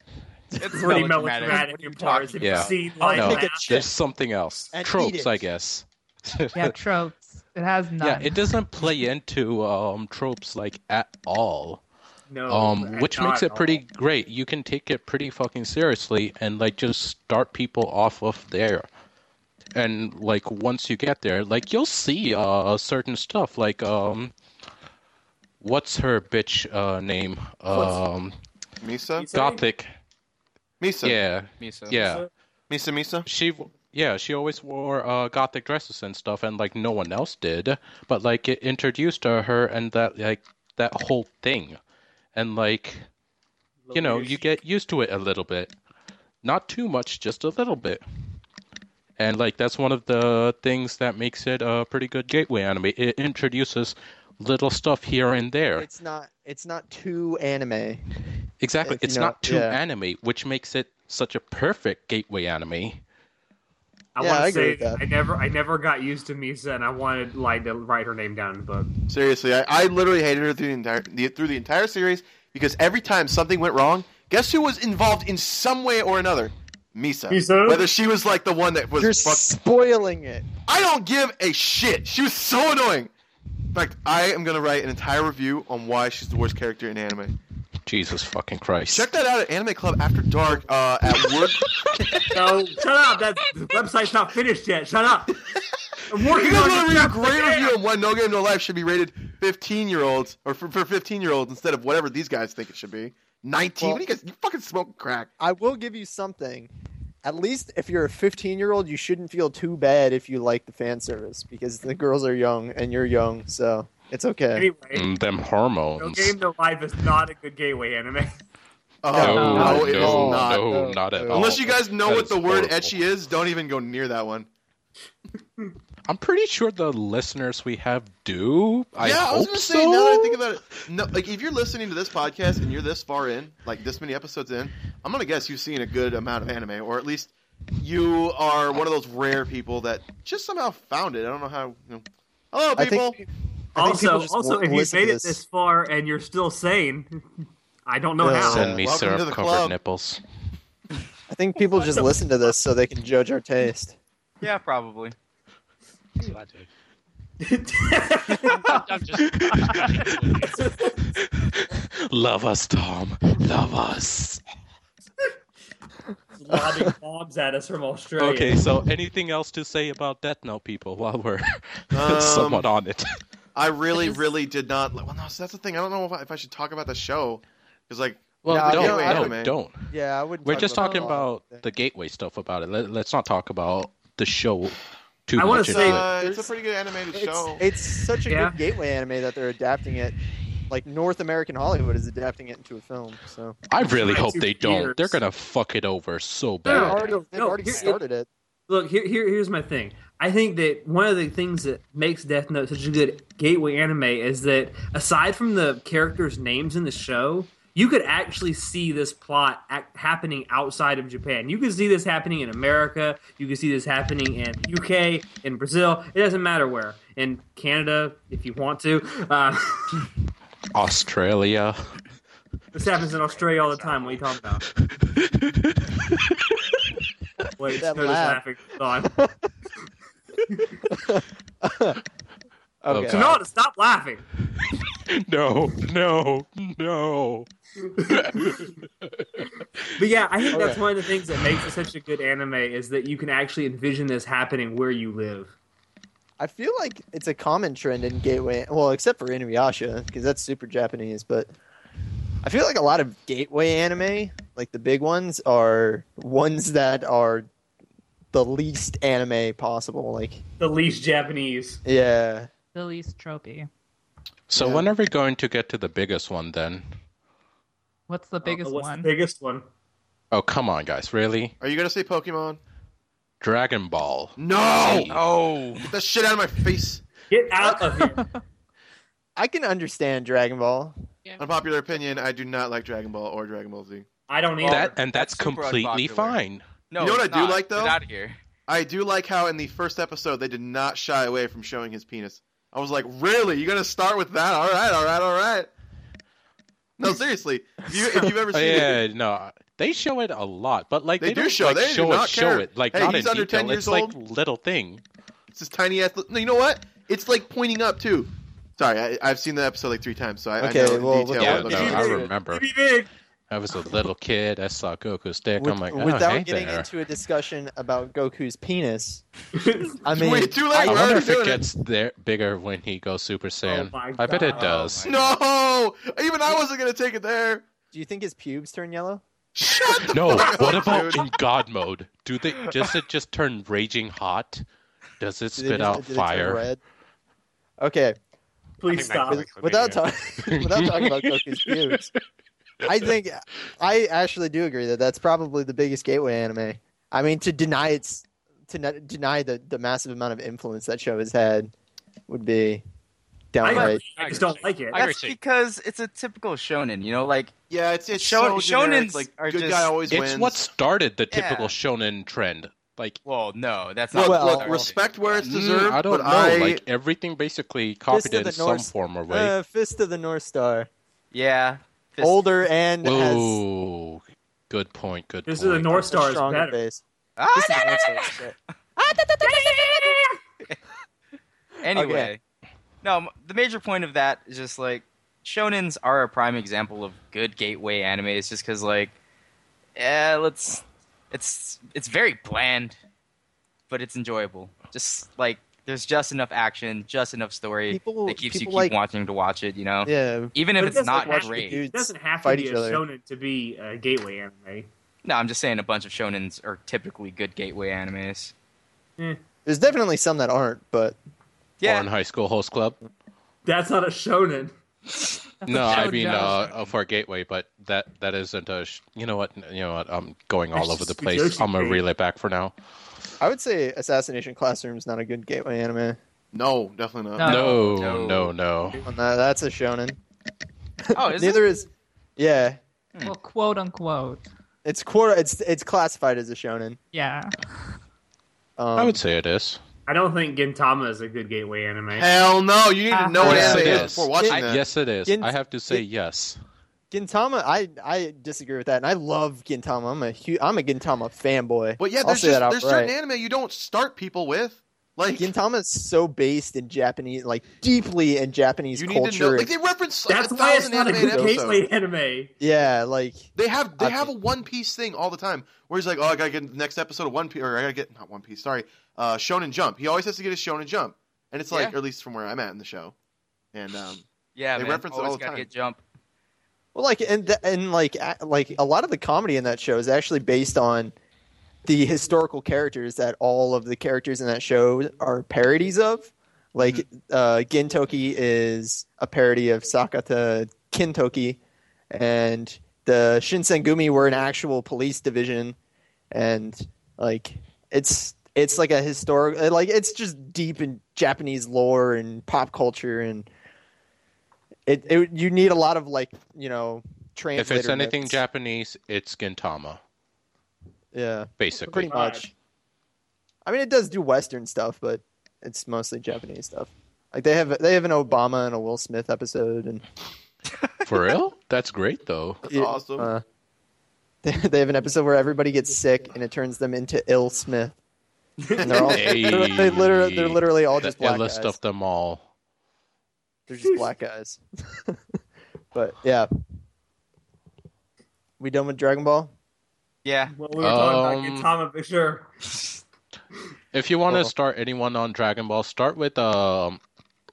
It's pretty melodramatic. melodramatic What are in you parts. talking If about? you've Yeah. seen I like no, think that. it's- there's something else. And eat Tropes, it. I guess. [laughs] Yeah, tropes. It has none. Yeah, it doesn't play into um, tropes like at all. no, Um, which uh, not makes at it all. pretty great. You can take it pretty fucking seriously and like just start people off of there. And like once you get there, like you'll see uh certain stuff like um what's her bitch uh name? Um Misa. Gothic. Misa. Yeah. Misa. Yeah. Misa. Misa. She yeah, she always wore uh gothic dresses and stuff and like no one else did, but like it introduced her and that like that whole thing. And like you know, you get used to it a little bit. Not too much, just a little bit. And like that's one of the things that makes it a pretty good gateway anime. It introduces little stuff here and there. It's not. It's not too anime. exactly. if you It's know- not too yeah. anime, which makes it such a perfect gateway anime. I Yeah, want I to agree say with that. I never I never got used to Misa, and I wanted like to write her name down in the book. Seriously, I, I literally hated her through the entire the, through the entire series because every time something went wrong, guess who was involved in some way or another? Misa. Misa? Whether she was like the one that was You're fuck- spoiling it. I don't give a shit. She was so annoying. In fact, I am gonna write an entire review on why she's the worst character in anime. Jesus fucking Christ. Check that out at Anime Club After Dark uh, at Wood. No, shut up. That the website's not finished yet. Shut [laughs] up. I'm you working guys on want it. to read a great review on why No Game No Life should be rated 15 year olds or for, for 15 year olds instead of whatever these guys think it should be. 19. Well- what do you guys? You fucking smoke crack. I will give you something. At least if you're a 15 year old, you shouldn't feel too bad if you like the fan service because the girls are young and you're young, so it's okay. Anyway, Mm, them no hormones. game no life is not a good gateway anime. Oh, No, no, no, it is no, not. no, not at all. Unless you guys know That what is the word horrible. etchy is, don't even go near that one. I'm pretty sure the listeners we have do. I yeah, hope I was gonna so. say now that I think about it. No, like if you're listening to this podcast and you're this far in, like this many episodes in, I'm gonna guess you've seen a good amount of anime, or at least you are one of those rare people that just somehow found it. I don't know how. You know. Hello, I people. think I think people Also, just also, won't if you've listen to made it this. this far and you're still sane, [laughs] I don't know Yeah. how. Send me Welcome to the syrup covered club. [laughs] nipples. I think people just listen to this so they can judge our taste. Yeah, probably. That's what I do. [laughs] I'm just. Love us, Tom. Love us. lobbing bombs at us from Australia. Okay, so anything else to say about Death Note, people, while we're [laughs] Um, somewhat on it? I really, I just- really did not. Well, no, so that's the thing. I don't know if I, if I should talk about the show because, like, Well, No, [laughs] don't, you know, I no, don't- don't. Yeah, I would. We're just talking about the the gateway stuff about it. Let, let's not talk about the show too I wanna much. into say- it. uh, it's a pretty good animated it's, show. it's such a Yeah. good gateway anime that they're adapting it. Like North American Hollywood is adapting it into a film, so I really Try hope to they don't. years. They're gonna fuck it over so they've No, bad. already, they've no, already here- started it. Look, here, here, here's my thing. I think that one of the things that makes Death Note such a good gateway anime is that aside from the characters' names in the show, you could actually see this plot act happening outside of Japan. You could see this happening in America. You could see this happening in UK, in Brazil. It doesn't matter where. In Canada, if you want to. Uh, [laughs] Australia. [laughs] this happens in Australia all the time. What are you talking about? Wait, That Snowden's laugh. laughing. Gone. Okay. Okay. God. Snowden, stop laughing. no, no, no. But yeah, I think that's Okay. one of the things that makes it such a good anime is that you can actually envision this happening where you live. I feel like it's a common trend in gateway. Well, except for Inuyasha, because that's super Japanese. But I feel like a lot of gateway anime, like the big ones, are ones that are the least anime possible. Like, The least Japanese. yeah, The least tropey. So Yeah. when are we going to get to the biggest one then? What's the biggest Uh, what's one? The biggest one. Oh come on, guys, really? Are you gonna say Pokemon? Dragon Ball. No! Oh, Get that shit out of my face. Get out of here. [laughs] I can understand Dragon Ball. Unpopular opinion: I do not like Dragon Ball or Dragon Ball Z. I don't either. That and that's, That's super completely unpopular. fine. no. You know what it's I do not. like, though? Get out of here. I do like how in the first episode they did not shy away from showing his penis. I was like, really? You're gonna start with that? All right, all right, all right. [laughs] No, seriously. If, you, if you've ever Oh, seen it, yeah, no. They show it a lot, but like They they, do don't, show it. like, They do show not it, show care. it. Like Hey, not he's in under 10 detail. years it's old. like little thing. it's this tiny ass. No, you know what? It's like pointing up too. Sorry, I, I've seen the episode like three times, so I, Okay, I know in well, detail. Yeah, Yeah, what no, it but looks you I like. did it. remember. Be big. I was a little kid. I saw Goku's dick. With- I'm like, oh, without hey getting there. into a discussion about Goku's penis, [laughs] I mean, Wait, too late. I I We're wonder already if it doing it. gets there bigger when he goes Super Oh Saiyan. my I bet it God. [laughs] does. No, even I wasn't gonna take it there. do you think his pubes turn yellow? Shut the no, fuck what up, about dude. in God mode? Do they does it just turn raging hot? Does it Do they spit just- out do they turn fire? red? Okay, Please I think that stop. was- without Yeah. talking [laughs] without talking about Goku's pubes, I think I actually do agree that that's probably the biggest gateway anime. I mean, to deny its to ne- deny the the massive amount of influence that show has had would be downright. [laughs] I just don't like it. I agree That's too. because it's a typical shonen, you know, like Yeah, it's it's Shon- so generic. shonens Like are good just- guy always It's wins. what started the Yeah. typical shonen trend. Like, well, no, that's look, not Well- look, respect where it's mm, deserved. I don't but know. I Like everything basically of copied the it in some North- form or way. Uh, Fist of the North Star. yeah. Fist- Older and has Whoa, good point. Good. This is point. the North a Star is stronger better. base. Ah, Fist of no, the no, North no, Star no. is better. [laughs] Anyway, no, m- the major point of that is just like shonens are a prime example of good gateway anime. It's just because like, yeah, let's, it's it's very bland, but it's enjoyable. Just like there's just enough action, just enough story People- that keeps you people keep like- watching to watch it. You know, Yeah, even if But it's that's like not watching great. It doesn't have to Fight be a each other. shonen to be a gateway anime. No, I'm just saying a bunch of shonens are typically good gateway animes. there's definitely some that aren't, but Yeah, Warren High School Host Club. That's not a shonen. [laughs] Oh, No, I mean Shoujo. uh, uh, for Gateway, but that that isn't a. Sh- you know what? You know what? I'm going all That's over the just place. Fujoshi I'm gonna Bay. reel it back for now. I would say Assassination Classroom is not a good gateway anime. no, definitely not. No. No, No. no, no. On that, that's a shonen. Oh, is it? Neither is. Yeah, Well, quote unquote. it's quarter. It's it's classified as a shonen. Yeah. Um, I would say it is. I don't think Gintama is a good gateway anime. Hell no! You need to know what Yes, it anime is is. before watching I- that. Yes, it is. Gin- I have to say it- yes. Gintama, I I disagree with that, and I love Gintama. I'm a hu- I'm a Gintama fanboy. But yeah, I'll there's say just, that there's outright. certain anime you don't start people with. Like Gintama is so based in Japanese, like deeply in Japanese you need culture. to know. Like they reference like, That's a why it's thousand not a anime good episodes. gateway anime. yeah, like They have they Okay. have a One Piece thing all the time where he's like, oh, I gotta get the next episode of One Piece, or I gotta get not One Piece, sorry, uh, Shonen Jump. He always has to get his Shonen Jump, and it's like, Yeah. or at least from where I'm at in the show, and um, yeah, They man. reference it Always all the gotta time. get jump. well, like and th- and like a- like a lot of the comedy in that show is actually based on the historical characters that all of the characters in that show are parodies of. Like Mm-hmm. uh, Gintoki is a parody of Sakata Kintoki, and the Shinsengumi were an actual police division, and like it's it's like a historic like it's just deep in Japanese lore and pop culture, and it, it you need a lot of like you know If translator. it's anything notes. Japanese, it's Gintama, yeah basically. pretty Alright. much. I mean, it does do Western stuff, but it's mostly Japanese stuff. Like they have they have an Obama and a Will Smith episode, and For real? That's great, though. that's Yeah, awesome. uh, [laughs] they, they have an episode where everybody gets sick and it turns them into ill Smith, and they're all they're, they literally they're literally all just the black illest guys. of them all. They're just black guys. [laughs] but yeah, we done with Dragon Ball. Yeah, Well, we were talking Um, about Gintama, for sure. If you want to Well- start anyone on Dragon Ball, start with um,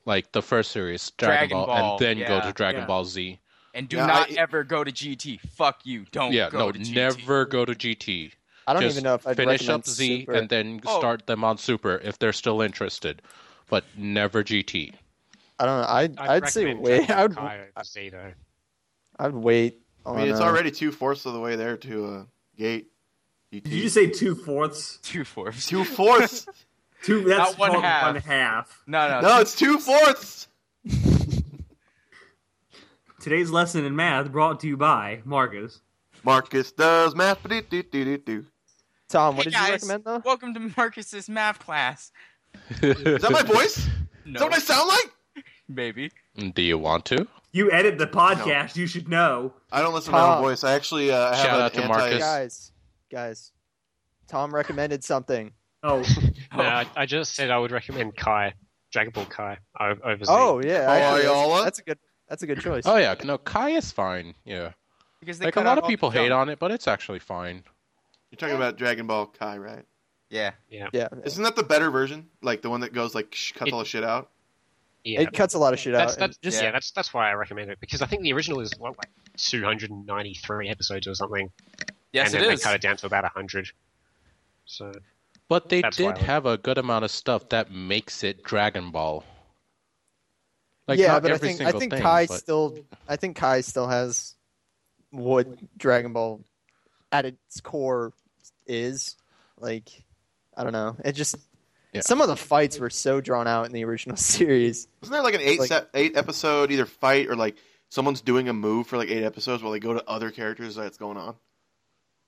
like the first series, Dragon, Dragon Ball, Ball, and then yeah, go to Dragon yeah. Ball Z. and do Yeah, not I- ever go to GT. Fuck you. Don't yeah, go no, to GT. never go to GT. I don't Just even know if I'd finish recommend up Z Super. and then Oh. start them on Super if they're still interested, but never GT. I don't know. I [laughs] I'd, say recommend wait. Dragon I would Kai over Z, though. I'd wait. I On, mean, it's uh, already two fourths of the way there to uh, gate. Did you just say two fourths? Two fourths. [laughs] two fourths? Two. That's Not one called half. One half. [laughs] No, no, Uh, no, it's two fourths. Today's lesson in math brought to you by Marcus. Marcus does math. Do, do, do, do. Tom, what Hey, did you guys. recommend though? Welcome to Marcus's math class. Is [laughs] that my voice? Is No, that what I sound like? maybe. Do you want to? You edit the podcast. You should know. I don't listen to my own Tom. voice. I actually uh, I have Shout an out to anti- Marcus. guys, guys. Tom recommended something. Oh, No, I, I just said I would recommend Kai, Dragon Ball Kai o- over Z. Oh yeah, actually, that's, Loyola? that's a good. That's a good choice. Oh yeah, no, Kai is fine. Yeah, Because they like a cut lot out of all the people hate junk. on it, but it's actually fine. You're talking about Dragon Ball Kai, right? Yeah, yeah. Isn't that the better version? Like the one that goes like sh- cuts It- all the shit out. yeah, It cuts a lot of shit that's, out. that's just Yeah. yeah. that's that's why I recommend it because I think the original is what like 293 episodes or something, yes, and it then is. they cut it down to about 100. So But they That's why I did like it. have a good amount of stuff that makes it Dragon Ball. Like yeah, not but I every think I single think thing, Kai but- still. I think Kai still has what Dragon Ball at its core is. Like, I don't know. It just Yeah. Some of the fights were so drawn out in the original [laughs] series. Wasn't there like an eight Like- se- eight episode either fight or like someone's doing a move for like eight episodes while they go to other characters that's going on?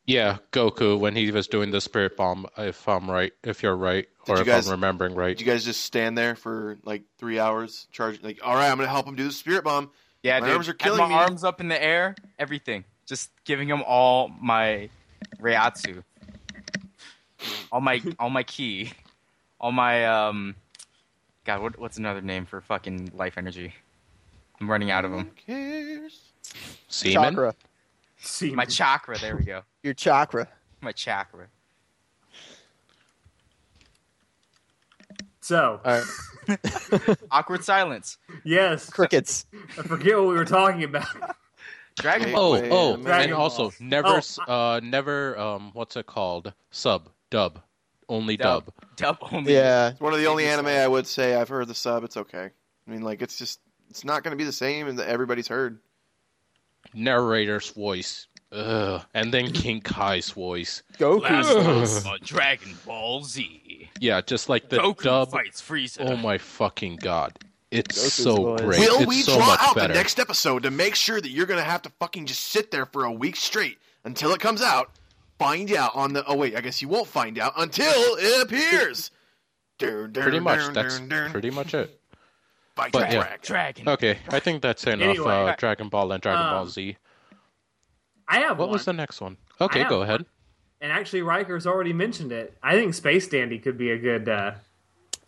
Yeah, Goku when he was doing the spirit bomb, if I'm right, if you're right, Did or you if guys- I'm remembering right. Did you guys just stand there for like three hours, charge like, all right, I'm gonna help him do the spirit bomb. Yeah, My dude. arms are Had killing my me. arms up in the air, everything. Just giving him all my reatsu, all [laughs] my all my ki, all my um, God, what, what's another name for fucking life energy? I'm running out of them. Who cares? Semen? Chakra. See, My chakra. There we go. Your chakra. My chakra. so All right. Awkward silence. yes, Crickets. I forget what we were talking about. [laughs] Dragon Wait, Ball. Oh, wait a oh, minute. and also Oh, never, s uh, never, um, what's it called? Sub, dub, only Dub. dub. Dub only. Yeah. It's one of the only anime I would say I've heard the sub. It's okay. I mean, like it's just it's not gonna be the same and that everybody's heard. Narrator's voice, Ugh. and then King Kai's voice. [laughs] Goku. on Dragon Ball Z. Yeah, just like the Goku dub. fights Frieza. Oh my fucking god! It's Goku's so voice. great. Will it's we so draw much out better. the next episode to make sure that you're going to have to fucking just sit there for a week straight until it comes out? Find out on the. Oh wait, I guess you won't find out until it appears. Dun, dun, Pretty much. dun, That's dun, dun. pretty much it. Fight but the yeah. dragon. Dragon. Okay, I think that's enough. Anyway. uh, Dragon Ball and Dragon Um, Ball Z. I have What one, was the next one? Okay, have go one. ahead. and actually Riker's already mentioned it. I think Space Dandy could be a good uh,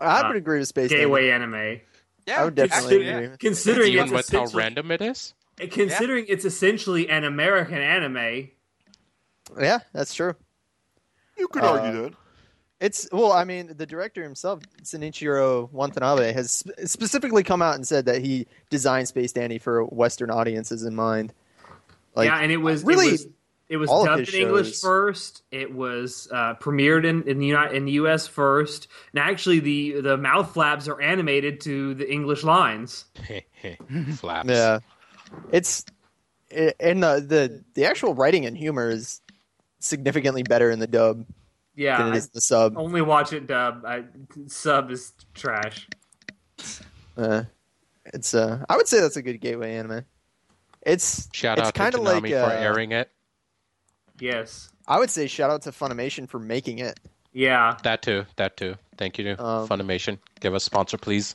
I would agree with Space. Dandy. gateway anime. Yeah, I would definitely actually, agree. yeah. with Considering Even it's with how essentially, random [laughs] it is. [laughs] considering it's essentially an American anime, Yeah, that's true. You could Uh, argue that. It's well, I mean, the director himself, Shinichiro Watanabe, has sp- specifically come out and said that he designed Space Dandy for Western audiences in mind. Like, yeah, and it was really, it was, it was all of dubbed his in English shows- first. It was uh, premiered in in the United, in the U.S. first, and actually the the mouth flaps are animated to the English lines. Flaps. yeah, it's i and the, the the actual writing and humor is significantly better in the dub Yeah, than it I Oh. is in the sub. only watch it dub. I, sub is trash. Uh, it's uh, I would say that's a good gateway anime. It's Shout it's out to kinda Konami like, for uh, airing it. Yes, I would say shout out to Funimation for making it. yeah. [laughs] That too. That too. Thank you, Um, Funimation. Give us sponsor, please.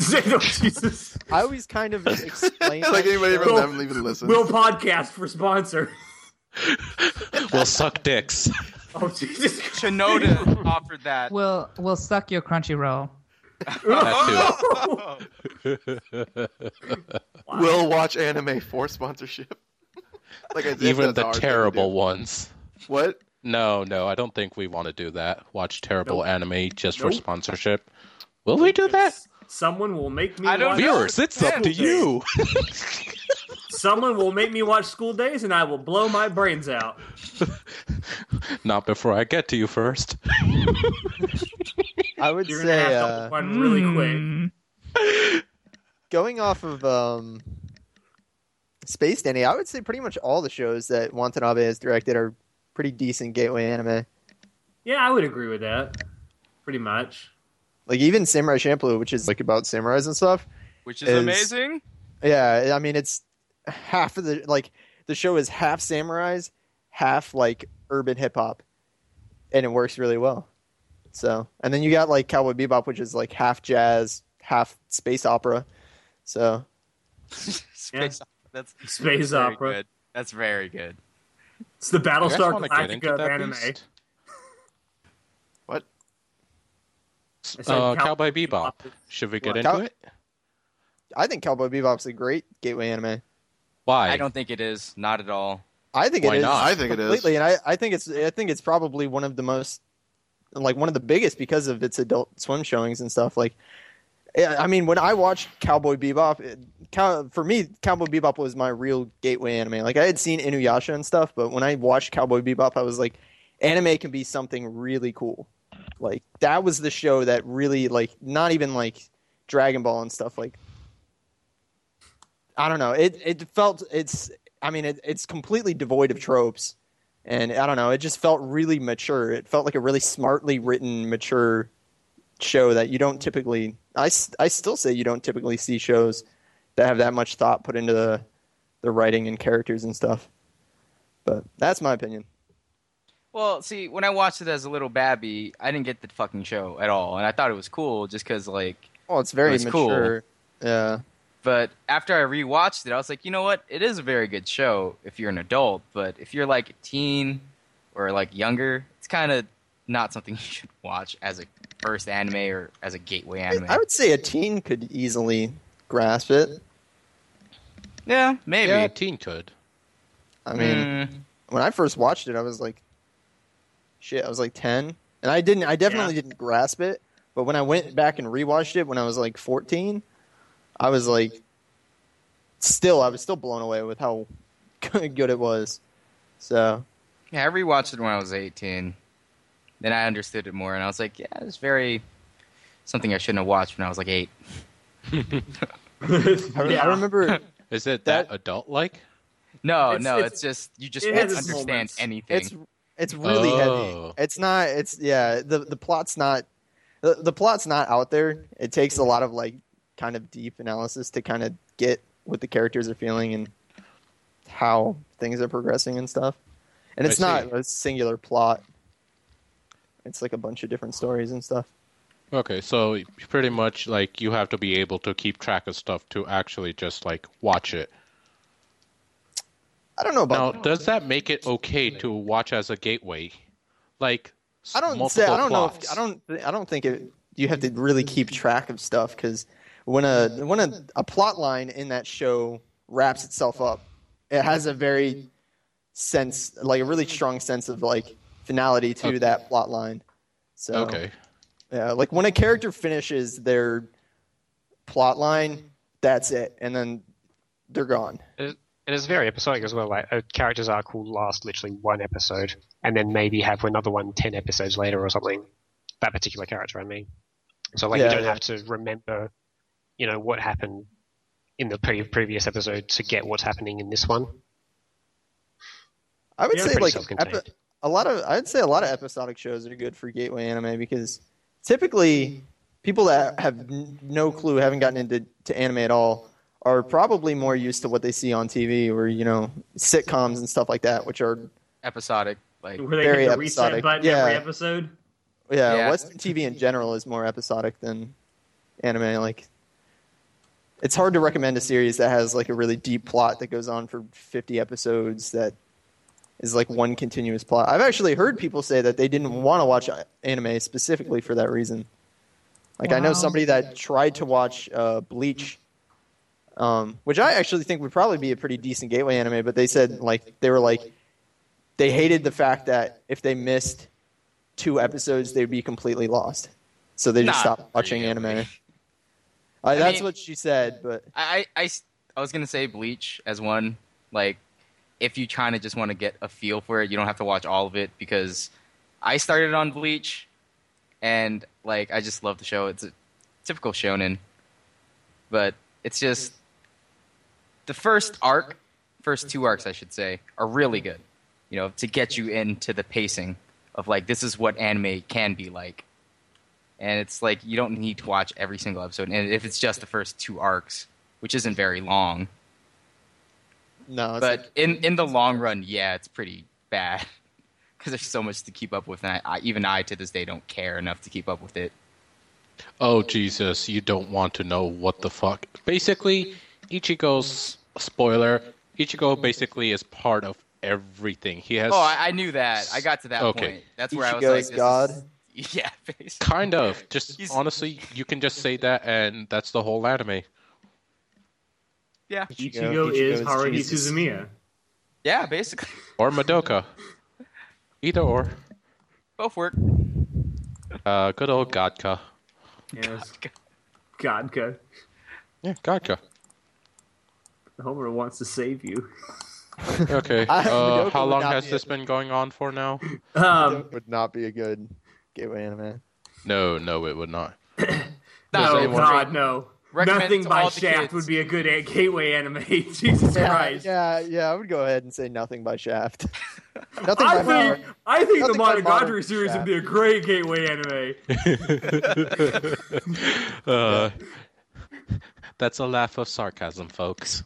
Jesus, I always kind [laughs] of explain like that anybody show- from them even listen. will podcast for sponsor. [laughs] we'll suck dicks. Oh Jesus, [laughs] Shinoda offered that. Will will suck your Crunchyroll. That [laughs] Oh! We'll watch anime for sponsorship. [laughs] like I, if Even that's a the hard thing to terrible do. ones. What? No, no, I don't think we want to do that. Watch terrible Nope. anime just for Nope. sponsorship. Will we do that? Someone will make me. I don't watch- know. Viewers, it's up to Damn. you. [laughs] Someone will make me watch School Days, and I will blow my brains out. Not before I get to you first. I would You're gonna say have uh, to run really Hmm. quick. Mm. going off of um, Space Dandy, I would say pretty much all the shows that Watanabe has directed are pretty decent gateway anime. Yeah, I would agree with that. Pretty much. Like even Samurai Champloo, which is like about samurais and stuff. Which is, Is- amazing. [laughs] Yeah, I mean it's half of the like the show is half samurais, half like urban hip hop, and it works really well. So, and then you got like Cowboy Bebop, which is like half jazz, half space opera. So Space Yeah. opera. That's Space very opera. Good. That's very good. It's the You guys Battlestar wanna get into Galactica of that anime. beast? What? I said Uh, Cow- Cowboy Bebop. Should we get What? into it? I think Cowboy Bebop's a great gateway anime. Why? I don't think it is. Not at all. I think Why it is. not? I think it is. completely, and I, I think it's I think it's probably one of the most like one of the biggest because of its adult swim showings and stuff. Like, yeah, I mean, when I watched Cowboy Bebop, it, cow, for me, Cowboy Bebop was my real gateway anime. Like, I had seen Inuyasha and stuff, but when I watched Cowboy Bebop, I was like, anime can be something really cool. Like, that was the show that really like not even like Dragon Ball and stuff like. I don't know. It it felt it's. I mean, it, it's completely devoid of tropes and I don't know, it just felt really mature. It felt like a really smartly written, mature show that you don't typically. I, s- I still say you don't typically see shows that have that much thought put into the the writing and characters and stuff. But that's my opinion. Well, see, when I watched it as a little babby, I didn't get the fucking show at all, and I thought it was cool just because, like, Well, it's very It's cool. mature. Yeah. but after I rewatched it, I was like, you know what? It is a very good show if you're an adult, but if you're like a teen or like younger, it's kind of not something [laughs] you should watch as a first anime or as a gateway I, anime. I would say a teen could easily grasp it. yeah, maybe. Yeah, teen could. I mean, Mm, when I first watched it, I was like, shit, I was like 10. And I didn't, I definitely didn't grasp it. But when I went back and rewatched it when I was like 14, I was like, still, I was still blown away with how [laughs] good it was. So, yeah, I rewatched it when I was 18. Then I understood it more, and I was like, yeah, it's very something I shouldn't have watched when I was like eight. I, [laughs] re- I remember, Is it That- that, adult like? No, It's- no, it's- it's, just you just it can't has its understand moments. anything. it's, it's really Oh. heavy. It's not, it's, yeah, the, the plot's not, the, the plot's not out there. It takes a lot of like kind of deep analysis to kind of get what the characters are feeling and how things are progressing and stuff. And it's I not a singular plot. It's like a bunch of different stories and stuff. Okay, so pretty much like you have to be able to keep track of stuff to actually just like watch it. I don't know Now, about. does that make it okay to watch as a gateway? Like s- I don't multiple say. I don't know. plots. If, I don't. I don't think it, you have to really keep track of stuff because when a when a, a plot line in that show wraps itself up, it has a very sense, like a really strong sense of like finality to Okay. that plot line. So Okay. Yeah, like when a character finishes their plot line, that's it, and then they're gone. And it's very episodic as well. Like a character's arc will last literally one episode, and then maybe have another one ten episodes later or something. That particular character, I mean. So like Yeah, you don't yeah. have to remember, you know, what happened in the pre- previous episode to get what's happening in this one. I would Yeah, say pretty like self-contained. epi- a lot of I'd say a lot of episodic shows are good for gateway anime because typically people that have n- no clue, haven't gotten into to anime at all, are probably more used to what they see on TV or you know sitcoms and stuff like that, which are Episodic, like Where they Very hit the episodic. reset button Yeah. every episode. yeah, Yeah. Western TV in general is more episodic than anime. Like, it's hard to recommend a series that has like a really deep plot that goes on for 50 episodes that is like one continuous plot. I've actually heard people say that they didn't want to watch anime specifically for that reason. Like, I know Wow. somebody that tried to watch uh, Bleach. Um, which I actually think would probably be a pretty decent gateway anime, but they said like they were like they hated the fact that if they missed two episodes, they'd be completely lost. So they just Not stopped watching really. anime. Uh, that's mean- what she said, but I, I- I s- I was gonna say Bleach as one. Like, if you kind of just want to get a feel for it, you don't have to watch all of it because I started on Bleach, and like I just love the show. It's a typical shonen, but it's just the first arc, first two arcs, I should say, are really good. You know, to get you into the pacing of like this is what anime can be like. And it's like you don't need to watch every single episode. And if it's just the first two arcs, which isn't very long. no. it's But like- in, in the long run, yeah, it's pretty bad [laughs] because there's so much to keep up with, and I, I, even I to this day don't care enough to keep up with it. Oh Jesus, you don't want to know what the fuck. Basically, Ichigo's spoiler. Ichigo basically is part of everything. He has Oh, I, I knew that. I got to that Okay. point. That's where I was Ichigo like, is this God. Is, [laughs] yeah, basically. kind of just He's- honestly, you can just say that, and that's the whole anime. yeah, Ichigo, Ichigo is is Haruhi Jesus. Suzumiya. yeah, basically, Or Madoka. Either or. both work. Uh, good old Godka. Yes. Godka, Yeah, Godka. Homer wants to save you. [laughs] Okay. I- Uh, Madoka how would long not has be this it. been going on for [laughs] now? Um, would not be a good gateway anime. [laughs] No, no, it would not. No, anyone- Oh, God, no. Recommend Nothing to by all the Shaft kids. would be a good a- gateway anime. [laughs] Jesus Christ. Yeah, yeah, I would go ahead and say nothing by Shaft. nothing I by Mar- think I think the Nothing by Monogatari modern series would Shaft. be a great gateway anime. uh, that's a laugh of sarcasm, folks.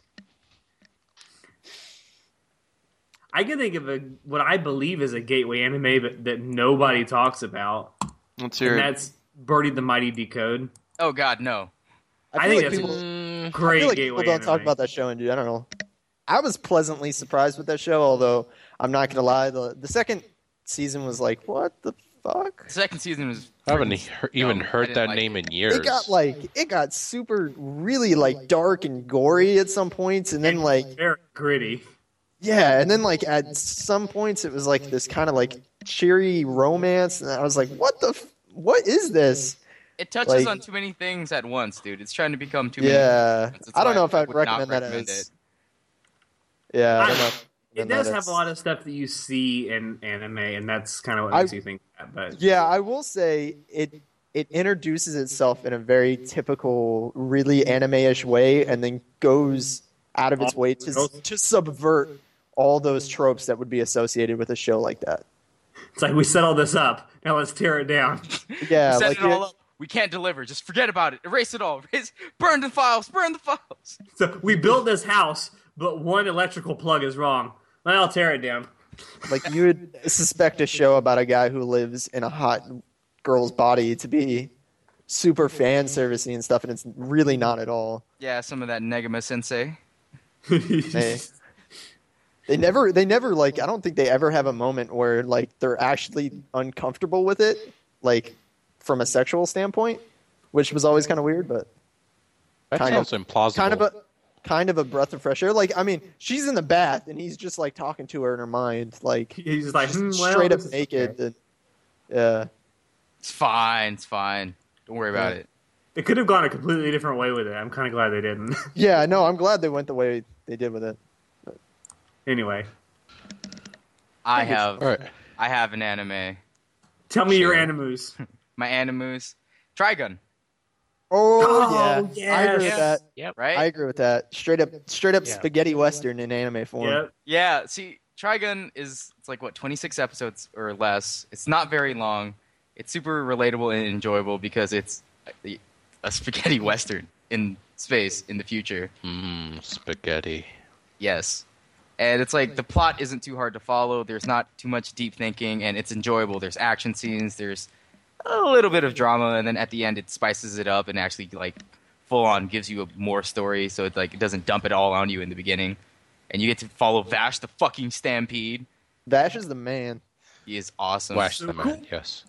I can think of a what I believe is a gateway anime, but that nobody talks about, Let's and hear it. that's Birdie the Mighty Decode. Oh God, no. Mm, I, feel think like that's people- a I great feel like gateway. people don't anime. talk about that show in general. I was pleasantly surprised with that show, although I'm not gonna lie, the the second season was like, what the fuck? The second season was. I haven't he- even I heard didn't that like name it. in years. It got like it got super really like dark and gory at some points, and then like Very gritty. yeah, and then like at some points it was like this kind of like cheery romance, and I was like, what the f- what is this? It touches Like- on too many things at once, dude. It's trying to become too many. Yeah, things. That's I don't why know if I'd would not recommend that recommend as. it. Yeah, I don't I- know. if I'd It recommend does that have as- a lot of stuff that you see in anime, and that's kind of what I- makes you think that. But Yeah, I will say it it introduces itself in a very typical, really anime-ish way, and then goes out of its way to to subvert all those tropes that would be associated with a show like that. it's like we set all this up. Now let's tear it down. [laughs] Yeah, Set like it all up. We can't deliver. Just forget about it. Erase it all. [laughs] Erase. Burn the files. Burn the files. So we built this house, but one electrical plug is wrong. Well, I'll tear it down. like you would suspect a show about a guy who lives in a hot girl's body to be super fan servicey and stuff, and it's really not at all. Yeah, some of that Negama Sensei. They, [laughs] they never, they never like. I don't think they ever have a moment where like they're actually uncomfortable with it, like from a sexual standpoint, which was always kind of weird, but that kind of- sounds implausible. kind of a kind of a breath of fresh air. Like, I mean, she's in the bath and he's just like talking to her in her mind, like He's just like just "Hmm, well, straight up this is naked. okay." and- yeah, It's fine. It's fine. Don't worry about Yeah. it. It could have gone a completely different way with it. I'm kind of glad they didn't. [laughs] yeah. No, I'm glad they went the way they did with it. anyway, I have. All right. I have an anime. tell me your Sure. animus. My animus. Trigun. Oh, Oh, yeah, I agree yes. with that. Yep. Right. I agree with that. Straight up, straight up Yeah. spaghetti western in anime form. yep. Yeah, see, Trigun is it's like what 26 episodes or less. It's not very long. It's super relatable and enjoyable because it's a, a spaghetti [laughs] western in space in the future. Mm, spaghetti. Yes. And it's like the plot isn't too hard to follow. There's not too much deep thinking and it's enjoyable. There's action scenes, there's a little bit of drama and then at the end it spices it up and actually like full on gives you a more story so it's like it doesn't dump it all on you in the beginning. And you get to follow Vash the fucking stampede. Vash is the man. He is awesome. Wash so the cool. man. Yes.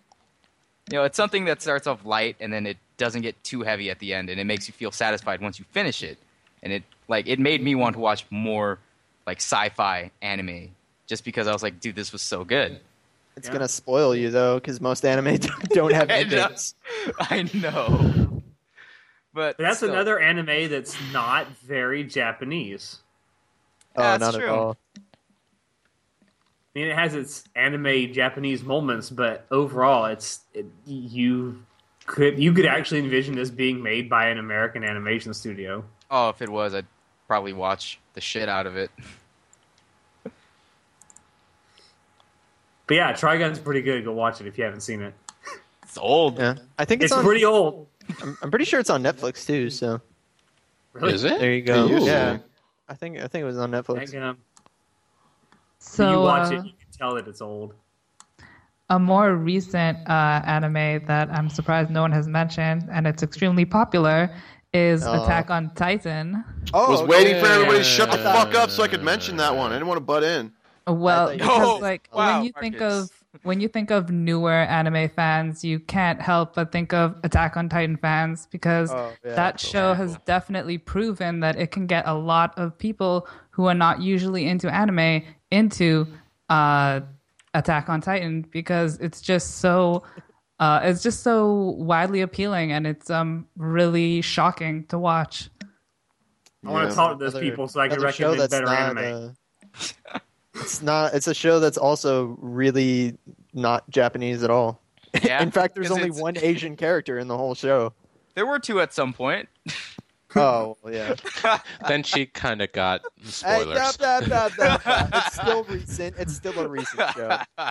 You know, it's something that starts off light and then it doesn't get too heavy at the end, and it makes you feel satisfied once you finish it. And it like it made me want to watch more like sci-fi anime just because I was like, dude, this was so good. It's Yeah. gonna spoil you though, because most anime [laughs] don't [laughs] [laughs] have And, uh, endings. [laughs] I know, but That's still. another anime that's not very Japanese. oh, that's not true. at all. I mean, it has its anime Japanese moments, but overall, it's it, you could you could actually envision this being made by an American animation studio. Oh, if it was, I'd probably watch the shit out of it. [laughs] But yeah, Trigun's pretty good. Go watch it if you haven't seen it. It's old. Yeah, I think It's, it's, on. pretty old. I'm, I'm pretty sure it's on Netflix too. So Really? Is it? there you go. Ooh. Yeah, I think I think it was on Like, Netflix. um, So you watch uh, it, you can tell that it's old. a more recent uh, anime that I'm surprised no one has mentioned, and it's extremely popular, is Uh. Oh. Attack on Titan. Oh, I was waiting for everybody to shut the yeah. fuck up so I could mention that one. I didn't want to butt in. Well, I thought you- because Oh, like wow, when you think Marcus. of when you think of newer anime fans, you can't help but think of Attack on Titan fans because Oh, yeah, that show has definitely proven that it can get a lot of people who are not usually into anime into uh, Attack on Titan because it's just so uh, it's just so widely appealing and it's um really shocking to watch. I want Yeah. to talk to those Another- people so I can another show recommend that's better not, anime. uh, it's not. It's a show that's also really not Japanese at all. Yeah, in fact, there's 'cause only it's- one Asian character in the whole show. There were two at some point. Oh yeah. then she kind of got Hey, spoilers. da, da, da, da, da. It's still recent. It's still a recent show. [laughs]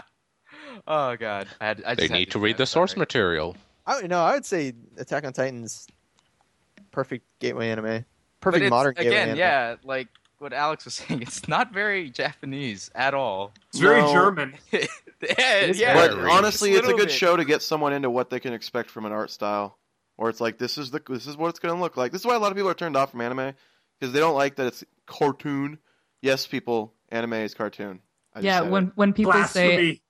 oh god, I had. I they just had need to do read that, the source sorry. material. I would- no, I would say Attack on Titan's perfect gateway anime. But Perfect it's- modern gateway Again, anime. yeah, like what Alex was [laughs] saying, it's not very Japanese at all. [laughs] It's very No. German. yeah, It's yeah. But Very. honestly, Just it's a little good bit. show to get someone into what they can expect from an art style, or it's like this is the this is what it's going to look like. This is why a lot of people are turned off from anime because they don't like that it's cartoon. Yes, people, anime is cartoon. I just yeah, said when it. when people say Blasphemy.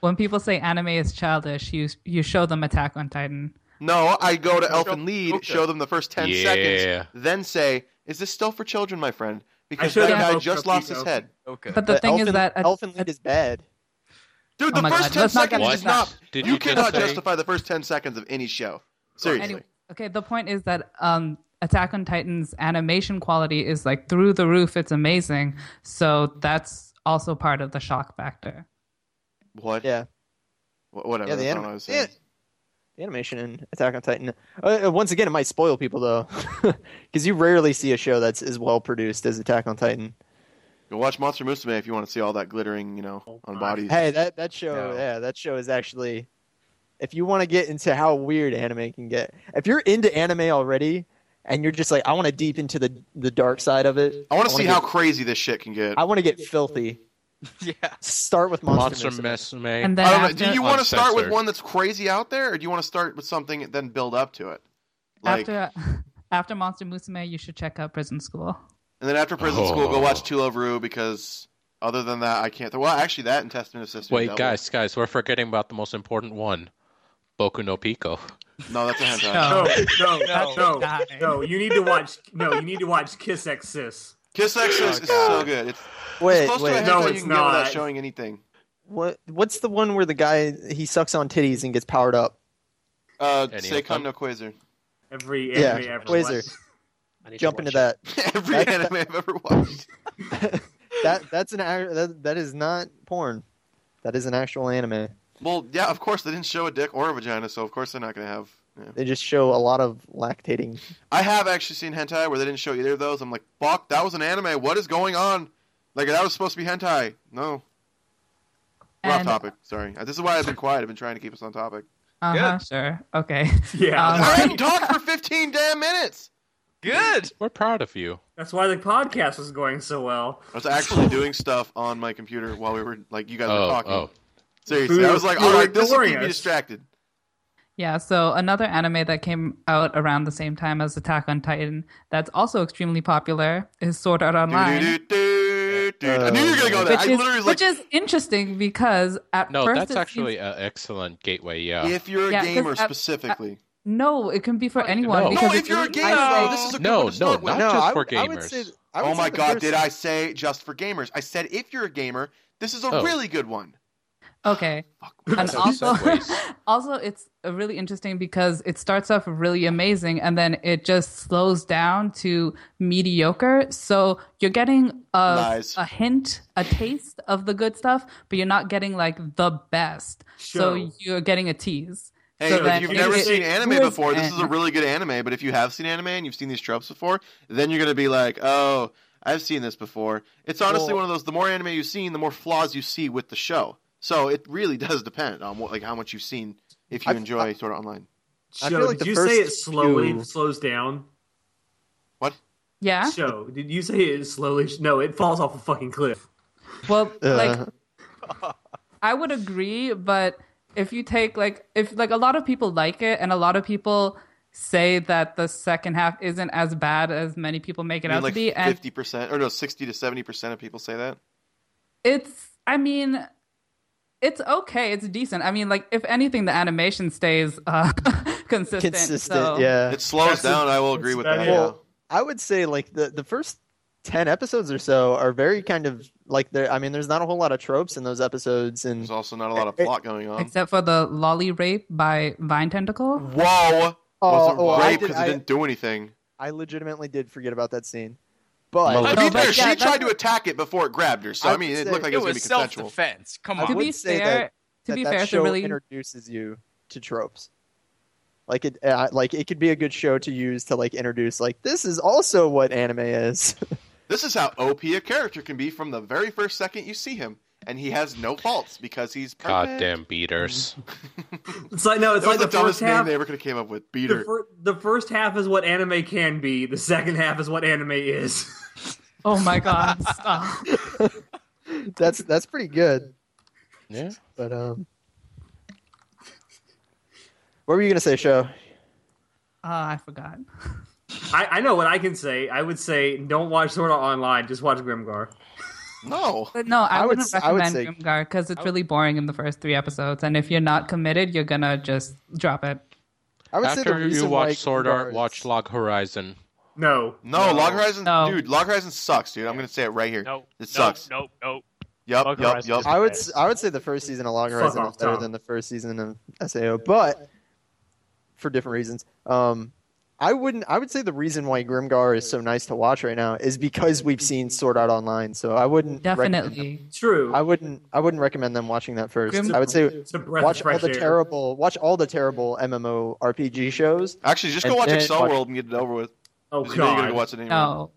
when people say anime is childish, you you show them Attack on Titan. no, I go to Elfin Lead, Okay. show them the first ten yeah. seconds, then say, "Is this still for children, my friend?" Because showed that him guy Hope just Pro lost his Pico. head. Okay. Uh, But the thing Elfin, is that at- Elfin Lied is bad. Dude, Oh the my first God, ten let's not get seconds into is that. not. Did You, you just cannot say- justify the first ten seconds of any show. Seriously. Anyway, okay, the point is that um, Attack on Titan's animation quality is like through the roof. It's amazing. So that's also part of the shock factor. What? Yeah. Wh- Whatever. Yeah, the, that's not anima- what I was yeah, saying. the animation in Attack on Titan. Uh, uh, once again, it might spoil people though, [laughs] because you rarely see a show that's as well produced as Attack on Titan. Go watch Monster Musume if you want to see all that glittering, you Oh know, on bodies. Hey, that that show, No. yeah, that show is actually. If you want to get into how weird anime can get, if you're into anime already, and you're just like, I want to deep into the the dark side of it. I want to see how get- crazy this shit can get. I want to get filthy. [laughs] yeah. Start with Monster, Monster Musume. Mesme. And then I don't know. after, Do you want to start with Uncensored. one that's crazy out there, or do you want to start with something and then build up to it? Like, after [laughs] after Monster Musume, you should check out Prison School. and then after prison Oh. school, go watch Two Love Rue because other than that, I can't. Well, actually, that and Testament of Sister. Wait, guys, guys, we're forgetting about the most important one. Boku no Pico. [laughs] No, that's a hentai. [laughs] No, No. no, No. no, no, Die. You need to watch. No, you need to watch Kiss X Sis. Kiss X is, is God. so good. It's Oh, Wait, it's close to a wait, hentai No, you it's can get without not. showing anything. what? What's the one where the guy he sucks on titties and gets powered up? Uh, Any of Seikon them? no Quasar. [laughs] Every Yeah, every every Quasar. I need to Jump watch into it. that. Every That's- anime I've ever watched. that that's an ac- that, that is not porn. That is an actual anime. Well, yeah, of course they didn't show a dick or a vagina, so of course they're not going to have. yeah. They just show a lot of lactating. I have actually seen hentai where they didn't show either of those. I'm like, fuck, that was an anime. What is going on? Like that was supposed to be hentai. No, we're off And- topic. Sorry. Uh, This is why I've been quiet. I've been trying to keep us [laughs] on topic. Uh-huh, sure. Okay. [laughs] [laughs] Yeah, Um, I hadn't talked for 15 damn minutes. Good. We're proud of you. that's why the podcast was going so well. I was actually doing stuff on my computer while we were like you guys were Oh, talking. oh. Seriously, I was like, You all were right, this will keep ignoring me us. distracted. Yeah, so another anime that came out around the same time as Attack on Titan that's also extremely popular is Sword Art Online. Do-do-do-do-do. I knew you were gonna go there. Which, I is, literally was like, which is interesting because at No, first that's it actually seems- an excellent gateway, yeah. if you're a Yeah, 'cause gamer I- specifically. no, it can be for anyone. No. because no, if it's you're a really- gamer, I though, say- this is a good No, one to no, start with. not just I for would- I would gamers. say- I would Oh say my the god, first- did I say just for gamers? I said if you're a gamer, this is a Oh. really good one. [laughs] Okay. and So also, segues. [laughs] also, it's uh, really interesting because it starts off really amazing and then it just slows down to mediocre. So you're getting a, Lies. a hint, a taste of the good stuff, but you're not getting like the best. Show. So you're getting a tease. Hey, so if then you've it- never it- seen it- anime who is- before, this is a and- really good anime. But if you have seen anime and you've seen these tropes before, then you're gonna be like, oh, I've seen this before. It's honestly Well- one of those. The more anime you've seen, the more flaws you see with the show. So it really [laughs] does depend on what, like how much you've seen. If you I've- enjoy sort of online, I Show. feel like did the you first say it slowly few- slows down? Yeah. Show. Did you say it slowly? No, it falls off a fucking cliff. Well, like Uh. I would agree, but if you take like if like a lot of people like it and a lot of people say that the second half isn't as bad as many people make it I mean, out like to be and fifty percent or no, sixty to seventy percent of people say that. it's I mean it's okay, it's decent. I mean like if anything the animation stays uh [laughs] consistent. consistent. so- Yeah, It That's- slows down. I will agree that's with about that. it. yeah. I would say like the the first ten episodes or so are very kind of like there. I mean, there's not a whole lot of tropes in those episodes, and There's also not a lot of It- plot going on. Except for the lolly rape by Vine Tentacle. Whoa! Oh, was it oh, I rape did- because I- it didn't do anything. I legitimately did forget about that scene. But To No, be but fair, yeah, she that's- tried to attack it before it grabbed her, so I, I mean, would it say- looked like it It was going to was be consensual. self-defense. Come I [laughs] To on. would be say fair that- to that be that fair, it's a show really introduces you to tropes. Like it, uh, like it could be a good show to use to like introduce like this is also what anime is. [laughs] This is how OP a character can be from the very first second you see him, and he has no faults because he's perfect. Goddamn [laughs] beaters. It's like no, it's That like was the the, first dumbest name half. they ever could have came up with. The, Beater. fir- the first half is what anime can be. The second half is what anime is. [laughs] Oh my god, stop. [laughs] that's that's pretty good. Yeah. But um, what were you gonna say, show? Ah, I forgot. I, I know what I can say. I would say don't watch Sword Art Online. Just watch Grimgar. No. But no, I I, would s- wouldn't I would recommend say- Grimgar because it's really boring in the first three episodes, and if you're not committed, you're gonna just drop it. I would say the After you reason watch why Sword Grimgar Art, is- watch Log Horizon. No, No, Log Horizon, No. dude. Log Horizon sucks, dude. I'm gonna say it right here. No, It sucks. No, no, Yup, Log yup, Horizon yup. [laughs] is I would bad. s- I would say the first season of Long Fuck Horizon off, is better Tom. than the first season of Sao, but for different reasons. Um, I wouldn't. I would say the reason why Grimgar is so nice to watch right now is because we've seen Sword Art Online. So I wouldn't recommend- Definitely. true. I wouldn't. I wouldn't recommend them watching that first. Grim- I would say it's a breath watch of all fresh the air. terrible. Watch all the terrible MMO RPG shows. Actually, just go And watch then- Excel World and get it over with. oh You're gonna god! go watch it anyway. No.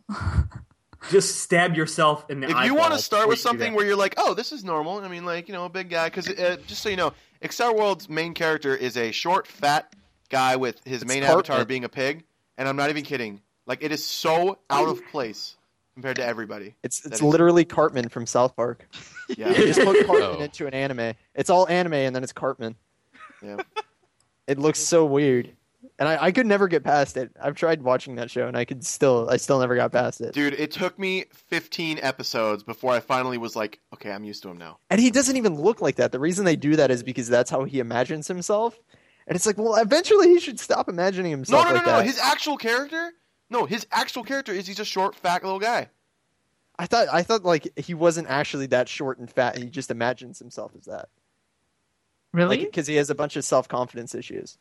Just stab yourself in the. if you want to eyeball start before with you do something that. where you're like, oh, this is normal. I mean, like, you know, a big guy. Because uh, just so you know, Excel World's main character is a short, fat guy with his main Cartman. avatar being a pig. And I'm not even kidding. Like, it is so out of place compared to everybody. It's it's That is- literally Cartman from South Park. They Yeah. just put Cartman Oh. into an anime. It's all anime, and then it's Cartman. Yeah. It looks so weird, and I, I could never get past it. I've tried watching that show, and I could still I still never got past it. Dude, it took me 15 episodes before I finally was like, okay, I'm used to him now. And he doesn't even look like that. The reason they do that is because that's how he imagines himself. And it's like, well, eventually he should stop imagining No, himself no, no, like no. that. His actual character? No, his actual character is he's a short, fat little guy. I thought I thought like he wasn't actually that short and fat. He just imagines himself as that. Really? because he has a bunch of self confidence issues.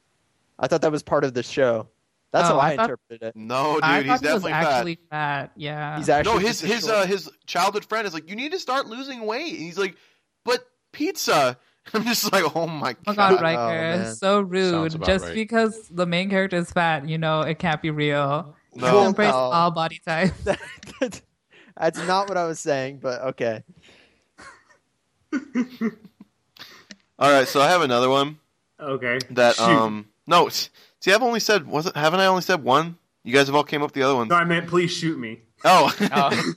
I thought that was part of the show. That's Oh, how I, I thought- interpreted it. No, dude, I he's thought he was definitely fat. actually fat. Yeah. He's actually no, his just a his short- uh, his childhood friend is like, you need to start losing weight. And he's like, but pizza. [laughs] I'm just like, oh my Oh my god. god, Oh, Riker, man. so rude. Sounds about Just right. because the main character is fat, you know, it can't be real. No. You Well, embrace no. all body type. [laughs] uh, That's not what I was saying, but okay. All right, so I have another one okay, that Shoot. um no. s- See, I've only said was it, haven't I only said one? You guys have all came up with the other one. No, I meant please shoot me. Oh, Oh.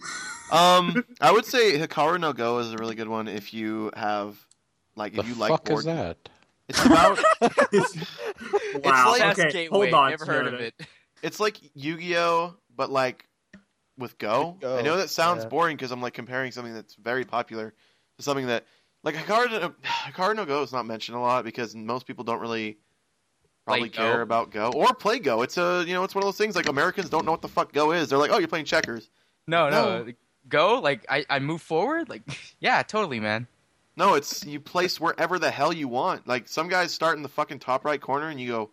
[laughs] um, I would say Hikaru no Go is a really good one if you have like The if you fuck like is board. that? [laughs] It's about [laughs] Wow. It's like okay, Gateway. hold on. Never heard of Shinoda. it. it's like Yu-Gi-Oh, but like with Go. With Go, I know that sounds yeah. boring because I'm like comparing something that's very popular to something that like Hikaru no, [sighs] Hikaru no Go is not mentioned a lot because most people don't really probably Play Go. care about Go or play Go. It's a you know it's one of those things like Americans don't know what the fuck Go is. They're like, oh, you're playing checkers. No, No. no. Go like I, I move forward like [laughs] yeah totally man No, it's you place wherever the hell you want. Like some guys start in the fucking top right corner and you go,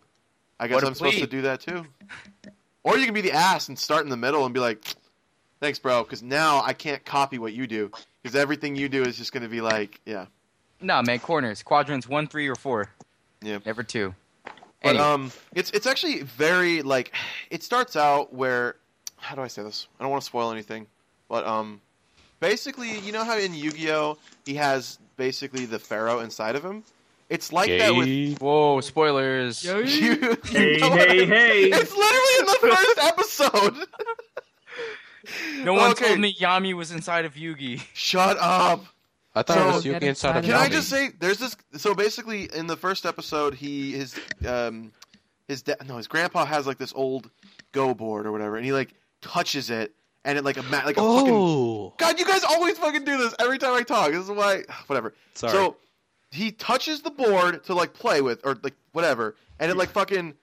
I guess What a I'm supposed to plebe. do that too. Or you can be the ass and start in the middle and be like, thanks, bro, because now I can't copy what you do because everything you do is just going to be like, yeah. no man corners quadrants one three or four Yeah. never two But Anyway. um, it's it's actually very like it starts out where how do I say this? I don't want to spoil anything, but um, basically you know how in Yu-Gi-Oh he has basically the pharaoh inside of him. It's like that with Gay. whoa spoilers you. you Hey, know what I- hey, hey! It's literally in the first episode. no one Okay. told me Yami was inside of Yugi [laughs] Shut up. I thought So- it was Yuki inside of Can Yami. I just say there's this? So basically, in the first episode, he his um his da- no his grandpa has like this old go board or whatever, and he like touches it, and it like a ma- like a fucking Oh, God. You guys always fucking do this every time I talk. This is why whatever. sorry. So he touches the board to like play with or like whatever, and it like fucking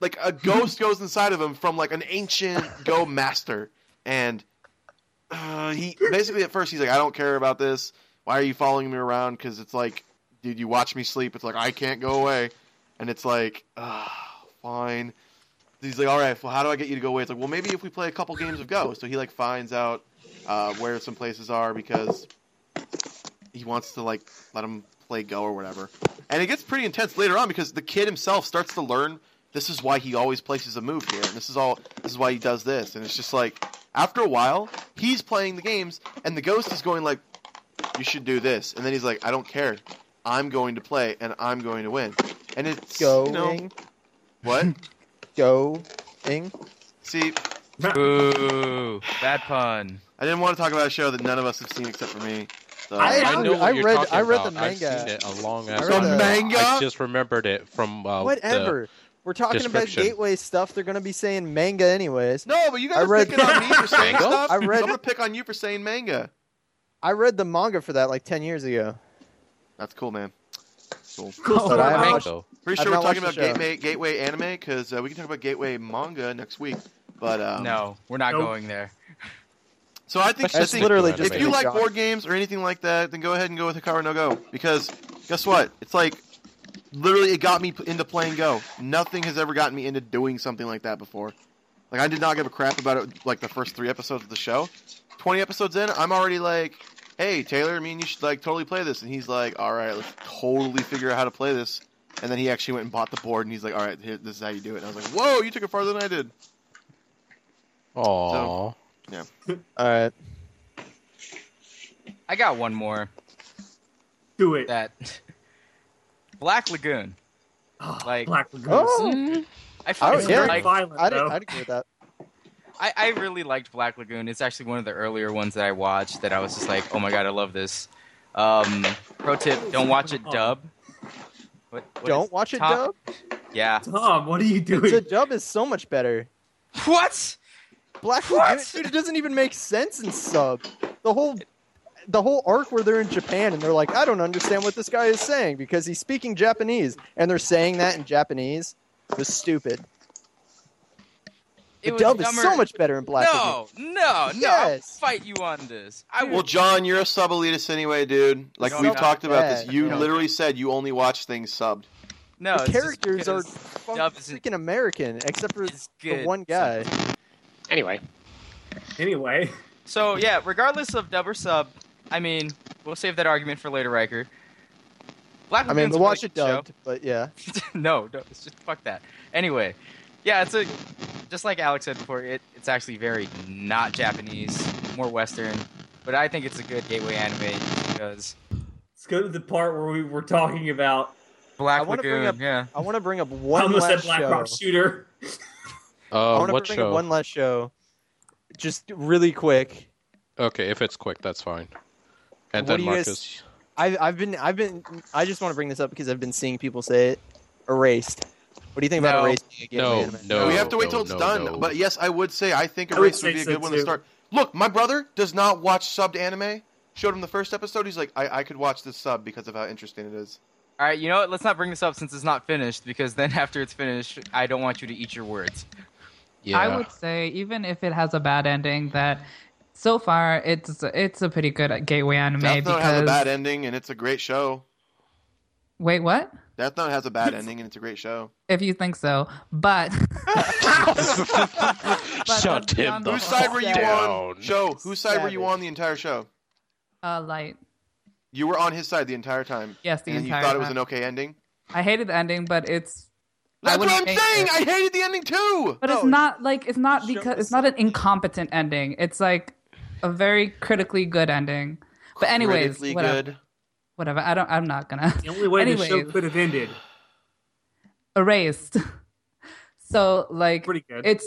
like a ghost goes inside of him from like an ancient go master, and uh, he basically at first he's like, I don't care about this. Why are you following me around? Because it's like, dude, you watch me sleep. It's like I can't go away, and it's like, ah, fine. He's like, all right, well, how do I get you to go away? It's like, well, maybe if we play a couple games of Go. So he like finds out uh, where some places are because he wants to like let him play Go or whatever. And it gets pretty intense later on because the kid himself starts to learn this is why he always places a move here, and this is all this is why he does this, and it's just like after a while he's playing the games, and the ghost is going like, you should do this, and then he's like, I don't care, I'm going to play and I'm going to win, and it's Going, you know, [laughs] what going. see. Ooh, bad pun. I didn't want to talk about a show that none of us have seen except for me. So. I- I know what I you're read- talking I read the about. I've manga. seen it a long I ass read time the ago. manga? I just remembered it from uh, the- Whatever. We're talking about description. gateway stuff. They're going to be saying manga anyways. no, but you guys I are read- picking on me for saying Mango? stuff. I read- I'm gonna pick on you for saying manga. I read the manga for that like 10 years ago. That's cool, man. Cool. Cool Oh, stuff. I Wow. haven't- Mango. Pretty I've sure we're not talking about watched the gateway, gateway anime because uh, we can talk about gateway manga next week. But um, No, we're not Nope. going there. so I think, I That's think literally if just if a you big like job. board games or anything like that, then go ahead and go with Hikaru no Go because guess what? It's like literally it got me p- into playing Go. Nothing has ever gotten me into doing something like that before. Like I did not give a crap about it. Like the first three episodes of the show, twenty episodes in, I'm already like, "Hey Taylor, I mean you should like totally play this." And he's like, "All right, let's totally figure out how to play this." And then he actually went and bought the board, and he's like, "All right, here, this is how you do it." And I was like, "Whoa, you took it farther than I did." Aw. All right. I got one more. Do it. That [laughs] Black Lagoon. Oh, like- Black Lagoon. Oh, I I fucking it's yeah. very like- violent, I'd, though. I'd agree with that. I, I really liked Black Lagoon. It's actually one of the earlier ones that I watched that I was just like, oh my god, I love this. Um, pro tip: don't watch it dub. What, what Don't watch it Tom- dub. is- yeah. Tom, what are you doing? The dub is so much better. What? Black What? Lagoon, dude, it doesn't even make sense in sub. The whole, the whole arc where they're in Japan and they're like, I don't understand what this guy is saying because he's speaking Japanese and they're saying that in Japanese was stupid. The It was dub is dumber- so much better in Black Lagoon. No, no, no! I'll Yes. fight you on this. I Well, will. John, you're a sub elitist anyway, dude. Like No, we've I'm not. talked about this. Yeah, You yeah. literally said you only watch things subbed. No, the it's just characters are because fucking dub isn't- freaking American, except for it's the good. one guy. Anyway, Anyway, So yeah, regardless of dub or sub, I mean, we'll save that argument for later, Riker. Black I mean, Lagoon's we'll a watch really it good show. [laughs] dubbed, but yeah. no, no, it's just fuck that. Anyway, yeah, it's a just like Alex said before. It it's actually very not Japanese, more Western, but I think it's a good gateway anime because let's go to the part where we were talking about. I Black wanna bring Lagoon. up- yeah, I want to bring up I one almost last said Black show. Rock Shooter. I Uh, want to what bring show? up one last show, just really quick. Okay, if it's quick, that's fine. What And then do you guys- Marcus. I've, I've been I've been I just want to bring this up because I've been seeing people say it. Erased. What do you think No. about erased? being a gateway No, anime? no. we have to wait no, till it's no, done. no. But yes, I would say I think I would Erased say would be a so, good one too. to start. Look, my brother does not watch subbed anime. Showed him the first episode. He's like, I, I could watch this sub because of how interesting it is. all right. You know what? Let's not bring this up since it's not finished because then [laughs] after it's finished, I don't want you to eat your words. Yeah. [laughs] [laughs] I would say even if it has a bad ending, that so far it's it's a pretty good gateway anime Death Note because has a bad ending, and it's a great show. wait, what? Death Note has a bad ending, and it's a great show. If you think so, but [laughs] Shut that's him beyond the the Whose side were you on? Down. Show. Whose side were you Savage. on the entire show? uh, light. You were on his side the entire time. Yes, the and entire. you thought it was time. an okay ending. I hated the ending, but it's That's what wouldn't I'm hate saying. it. I hated the ending too. but No, it's it's- not like it's not show because is it's not an incompetent ending. It's like a very critically good ending. But anyways, Critically whatever, good. whatever. I don't. I'm not gonna. [laughs] The only way the show Anyways. could have ended. erased. [laughs] so like Pretty good. it's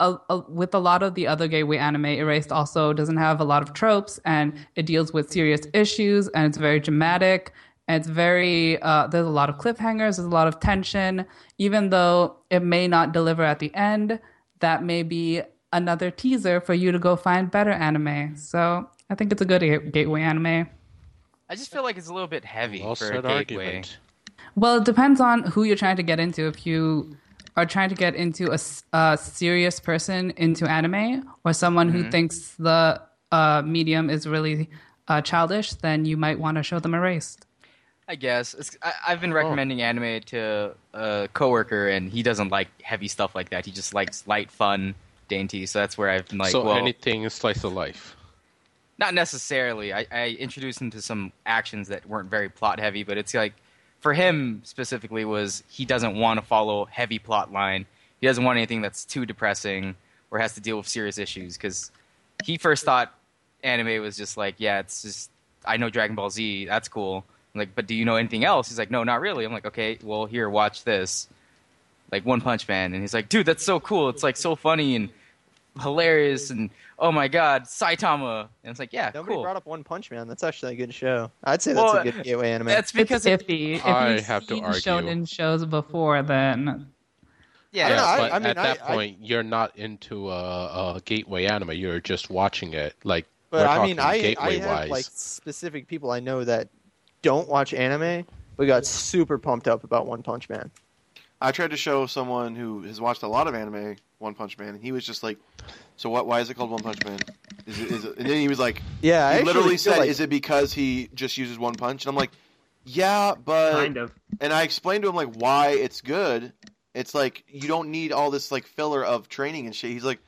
a, a, with a lot of the other gateway anime, Erased also doesn't have a lot of tropes and it deals with serious issues and it's very dramatic and it's very uh, there's a lot of cliffhangers, there's a lot of tension. Even though it may not deliver at the end, that may be another teaser for you to go find better anime. So I think it's a good ga- gateway anime. I just feel like it's a little bit heavy Well for said a gateway. argument. Well, it depends on who you're trying to get into. If you are trying to get into a, s- a serious person into anime or someone Mm-hmm. who thinks the uh, medium is really uh, childish, then you might want to show them erased. I guess it's, I, I've been recommending anime to a coworker, and he doesn't like heavy stuff like that. He just likes light, fun, dainty. So that's where I've been like, so well, anything slice of life. not necessarily. I, I introduced him to some actions that weren't very plot heavy, but it's like for him specifically was he doesn't want to follow heavy plot line. He doesn't want anything that's too depressing or has to deal with serious issues because he first thought anime was just like, yeah, it's just I know Dragon Ball Z, that's cool. I'm like, but do you know anything else? He's like, no, not really. I'm like, okay, well here, watch this, like One Punch Man, and he's like, dude, that's so cool. It's like so funny and hilarious and oh my god, Saitama. And it's like, yeah, Nobody cool. brought up One Punch Man. That's actually a good show. I'd say that's Well, a good gateway anime. That's because it's it- iffy. If I you've have to seen argue. shonen shows before, then yeah, I don't know, I- but I mean, at I- that I- point, you're not into a, a gateway anime. You're just watching it. Like, But we're I mean, talking I, I gateway have wise. like specific people I know that don't watch anime, but got super pumped up about One Punch Man. I tried to show someone who has watched a lot of anime One Punch Man, and he was just like, "So what? Why is it called One Punch Man?" Is it, is it, and then he was like, Yeah, [laughs] I he actually literally feel said, like- "Is it because he just uses one punch?" And I'm like, "Yeah, but." kind of. And I explained to him like why it's good. It's like you don't need all this like filler of training and shit. He's like,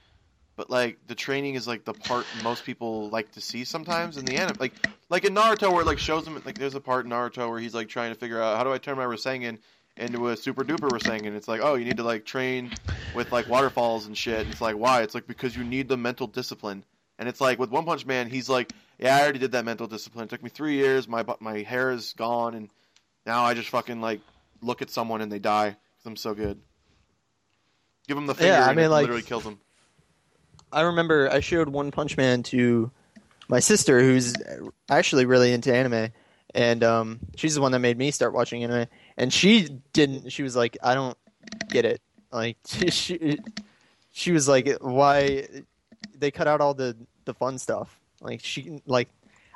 but like the training is like the part most people like to see sometimes in the anime, like like in Naruto where it like shows him like there's a part in Naruto where he's like trying to figure out how do I turn my Rasengan into a super duper Rasengan. It's like oh you need to like train with like waterfalls and shit. It's like why? It's like because you need the mental discipline. And it's like with One Punch Man, he's like, yeah, I already did that mental discipline. It took me three years. My bu- my hair is gone, and now I just fucking like look at someone and they die because I'm so good. Give him the finger. Yeah, I and mean, it like- literally kills him. I remember I showed One Punch Man to my sister, who's actually really into anime, and um, she's the one that made me start watching anime. And she didn't. She was like, "I don't get it." Like [laughs] she, she was like, "Why they cut out all the the fun stuff?" Like she, like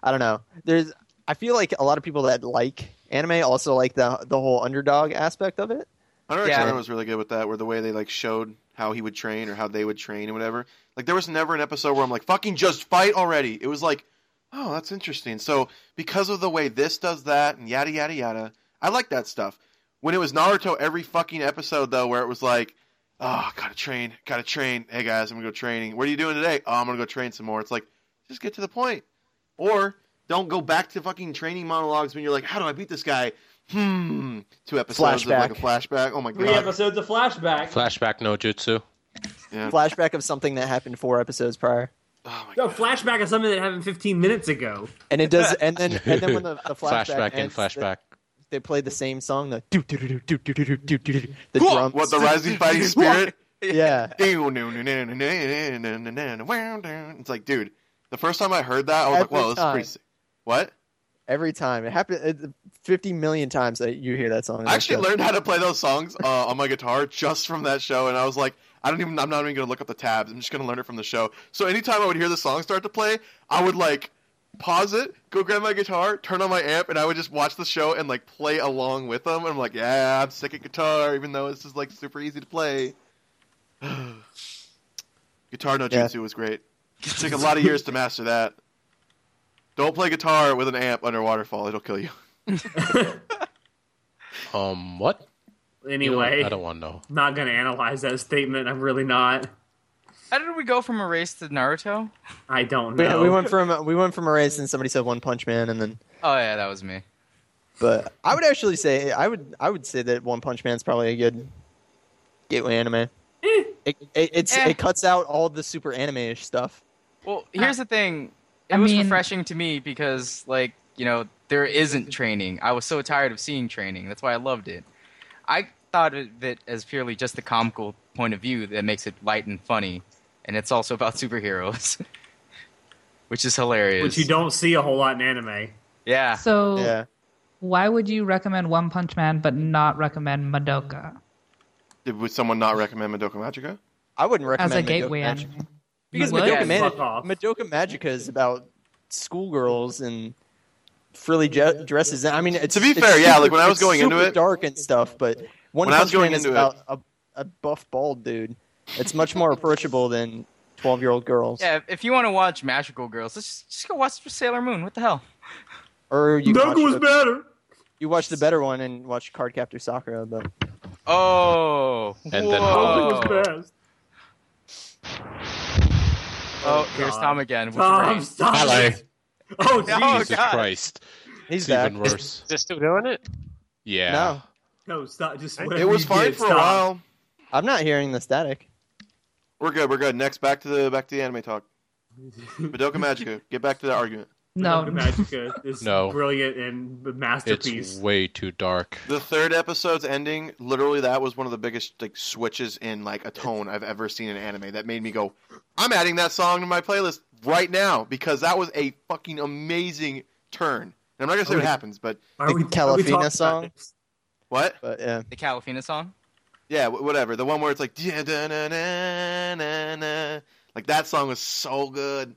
I don't know. There's, I feel like a lot of people that like anime also like the the whole underdog aspect of it. Hunter Yeah. X Hunter was really good with that, where the way they like showed how he would train or how they would train and whatever. Like there was never an episode where I'm like, fucking just fight already. It was like, oh, that's interesting. So because of the way this does that and yada yada yada, I like that stuff. When it was Naruto, every fucking episode though, where it was like, oh, gotta train, gotta train. Hey guys, I'm gonna go training. What are you doing today? Oh, I'm gonna go train some more. It's like, just get to the point, or don't go back to fucking training monologues when you're like, how do I beat this guy? Hmm. Two episodes of like a flashback. Oh my god. Three episodes of flashback. Flashback no jutsu. Yeah. Flashback of something that happened four episodes prior. Oh my No, god. flashback is something that happened 15 minutes ago. And it does, and then and then when the, the flashback, [laughs] Flashback and ends, the- flashback. they played the same song, the do do do do do do do do do do the drums. What the rising fighting spirit? [laughs] yeah, It's like, dude, the first time I heard that, I was like, Every "Whoa, this is time. pretty sick." What? every time it happened uh, fifty million times that you hear that song. I actually learned how to play those songs uh, on my guitar just from that show, and I was like, I don't even. I'm not even gonna look up the tabs. I'm just gonna learn it from the show. So anytime I would hear the song start to play, I would like pause it, go grab my guitar, turn on my amp, and I would just watch the show and like play along with them. And I'm like, yeah, I'm sick at guitar, even though it's just like super easy to play. [sighs] guitar no Yeah. jutsu was great. It took a lot of years to master that. Don't play guitar with an amp under waterfall; it'll kill you. Um, what? Anyway, I don't want to know. not going to analyze that statement. I'm really not. How did we go from a race to Naruto? I don't know. Yeah, we went from we went from a race, and somebody said One Punch Man, and then. Oh yeah, that was me. But I would actually say I would I would say that One Punch Man's probably a good gateway Eh. anime. It, it, it's Eh. it cuts out all the super anime-ish stuff. Well, here's the thing. It Uh, I was mean- refreshing to me because, like, you know, there isn't training. I was so tired of seeing training. That's why I loved it. I thought of it as purely just the comical point of view that makes it light and funny, and it's also about [laughs] superheroes, which is hilarious. Which you don't see a whole lot in anime. Ah. Yeah. so Yeah, why would you recommend One Punch Man but not recommend Madoka Did, would someone not recommend Madoka Magica? I wouldn't as recommend a Madoka gateway Magic. anime? Because What? Madoka, Yeah, fuck off. Mani- Madoka Magica is about schoolgirls and frilly je- dresses. I mean, it's, To be it's fair, yeah, like, when I was it's going into super it- dark and stuff. But one When I Punch was going Man is into it- about a, a buff bald dude. It's much more approachable than twelve year old girls. Yeah, if you want to watch Magical Girls, let's just, just go watch Sailor Moon. What the hell? Or you watch, Doug was the, better. you watch the better one and watch Cardcaptor Sakura. But Oh. And then- Whoa. Doug was best. Oh, here's God. Tom again. with the Tom, rain. stop. Hello. it. Oh, No. jeez. Jesus God. Christ. he's It's back. [laughs] even worse. Is it still doing it? Yeah. No, No, stop. Just [laughs] It It whatever was you fine did, for a stop. while. I'm not hearing the static. We're good. We're good. Next, back to the back to the anime talk. [laughs] Madoka Magica. Get back to the argument. No, Madoka Magica is [laughs] No. brilliant and a It's masterpiece. way [laughs] too dark. The third episode's ending. Literally, that was one of the biggest like switches in like a tone I've ever seen in anime. That made me go, "I'm adding that song to my playlist right now" because that was a fucking amazing turn. And I'm not gonna say what Okay. happens, but Are The we- are we Calafina talking about song? this? what? But uh, yeah, The Calafina song? Yeah, wh- whatever. The one where it's like, "Dia da na na na na." like that song was so good.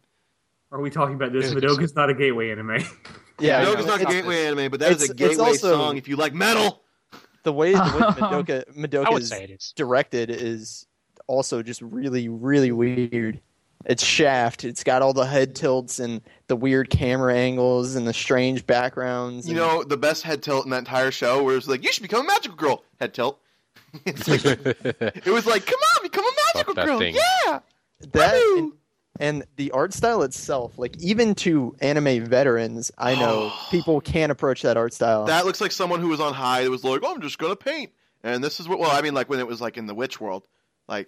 Are we talking about this? Dude, Madoka's not a gateway anime. [laughs] yeah. I I know know. it's not a It's- gateway anime, but that is it's- a it's gateway also- song if you like metal. The way, the way Madoka I Madoka would is say it is. directed is also just really, really weird. It's Shaft. It's got all the head tilts and the weird camera angles and the strange backgrounds. You and- know, the best head tilt in that entire show where it was like, you should become a magical girl. Head tilt. [laughs] It's like- [laughs] it was like, come on, become a magical Fuck that girl. thing. Yeah. that and, Woo! and the art style itself like even to anime veterans i [sighs] know people can't approach that art style That looks like someone who was on high that was like, oh, I'm just going to paint. And this is what, well, I mean, like when it was like in the witch world. Like,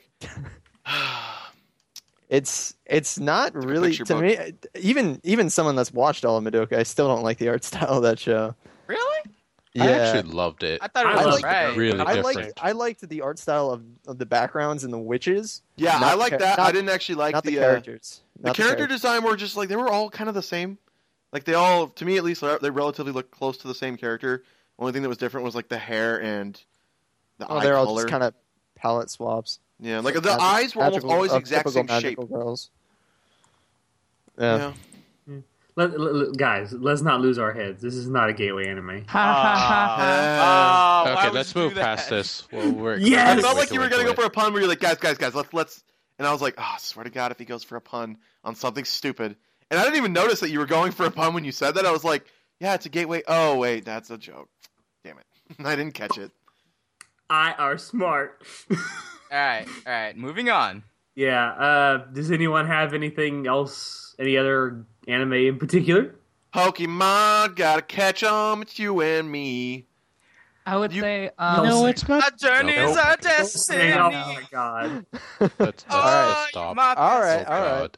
it's it's not really picture to book. me even even someone that's watched all of madoka i still don't like the art [laughs] style of that show Really? yeah I actually loved it. I thought I it was liked it. alright. Really I liked, different. I liked the art style of, of the backgrounds and the witches yeah, Not I like the char- that. I not- didn't actually like not the, the, uh, characters the Not character characters. design were just like they were all kind of the same. Like they all, to me at least, are- they relatively look close to the same character. Only thing that was different was like the hair and the oh eye they're all color. just kind of palette swaps yeah, like the Magic- eyes were almost magical- always uh, the exact typical same shape. magical girls Yeah. yeah. Let, let- let- guys, let's not lose our heads. This is not a gateway anime. ha ha ha ha. Uh, Ah, why okay, would let's you do move past that? this. Well, we're Yes! I Wait, felt like wait, you were wait, gonna go wait. for a pun where you're like, guys, guys, guys, let's let's. And I was like, oh, swear to God, if he goes for a pun on something stupid, and I didn't even notice that you were going for a pun when you said that. I was like, yeah, it's a gateway. Oh wait, that's a joke. Damn it, [laughs] I didn't catch it. I are smart. [laughs] Alright, alright, moving on. yeah. Uh, does anyone have anything else? Any other anime in particular? Pokemon, gotta catch 'em. It's you and me. I would You- say um, No, it's not. Our journey Nope. is our Dang, destiny. Oh my god. Let's, let's, Oh, let's stop. my All right, best all right. God.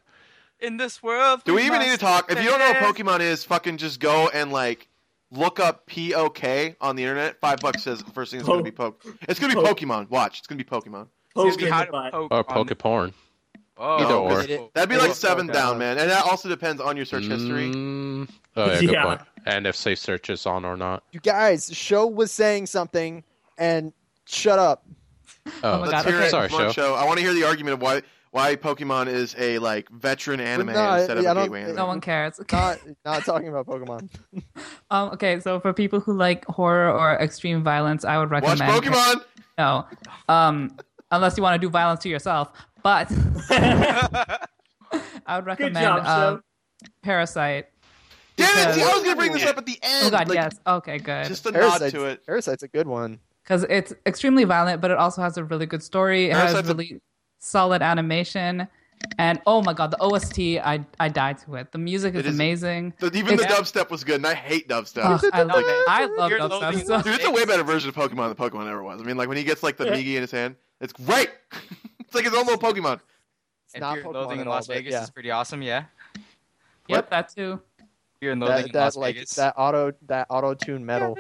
In this world. Do we even need to must talk? If you don't know what dance. Pokemon is, fucking just go and like look up P O K on the internet. Five bucks says the first thing is gonna be Poke. It's gonna be Poke. Pokemon. Watch, it's gonna be Pokemon. It's Poke gonna in be the hard to butt. poke Or on poke porn. Oh, Either or. That'd be like Poke, seven Pokemon. down, man. And that also depends on your search history. Mm, oh yeah, good Yeah. point. And if safe search is on or not. you guys show was saying something and shut up Oh, my Let's God, hear okay. it. Sorry, Come on, show. show. I want to hear the argument of why why Pokemon is a like veteran anime no, instead of I a don't- gateway anime. no one [laughs] cares. Okay. not not talking about [laughs] Pokemon. Um, okay, so for people who like horror or extreme violence, I would Watch recommend Pokemon. No, um, unless you want to do violence to yourself. But [laughs] I would Good recommend job, um, show. Parasite. Damn it! Because- See, I was gonna bring this up at the end. Oh God, like, yes. Okay, good. Just a nod Parasite's, to it. Parasite's a good one. Because it's extremely violent, but it also has a really good story. It Parasite's has a- really solid animation, and oh my God, the OST, I I died to it. The music is, It is- amazing. The, even the It's- dubstep was good, and I hate dubstep. Ugh, I love it. I love You're dubstep. loathing So. Dude, it's a way better version of Pokemon than Pokemon ever was. I mean, like when he gets like the Yeah. Migi in his hand, it's great. [laughs] it's like his own little Pokemon. It's And not Fear and Pokemon Loathing at in all, Las but Vegas yeah. is pretty awesome, yeah? [laughs] Yep, that too. Fear and Loathing That, in that Las like Vegas. that auto that auto tune [laughs] metal.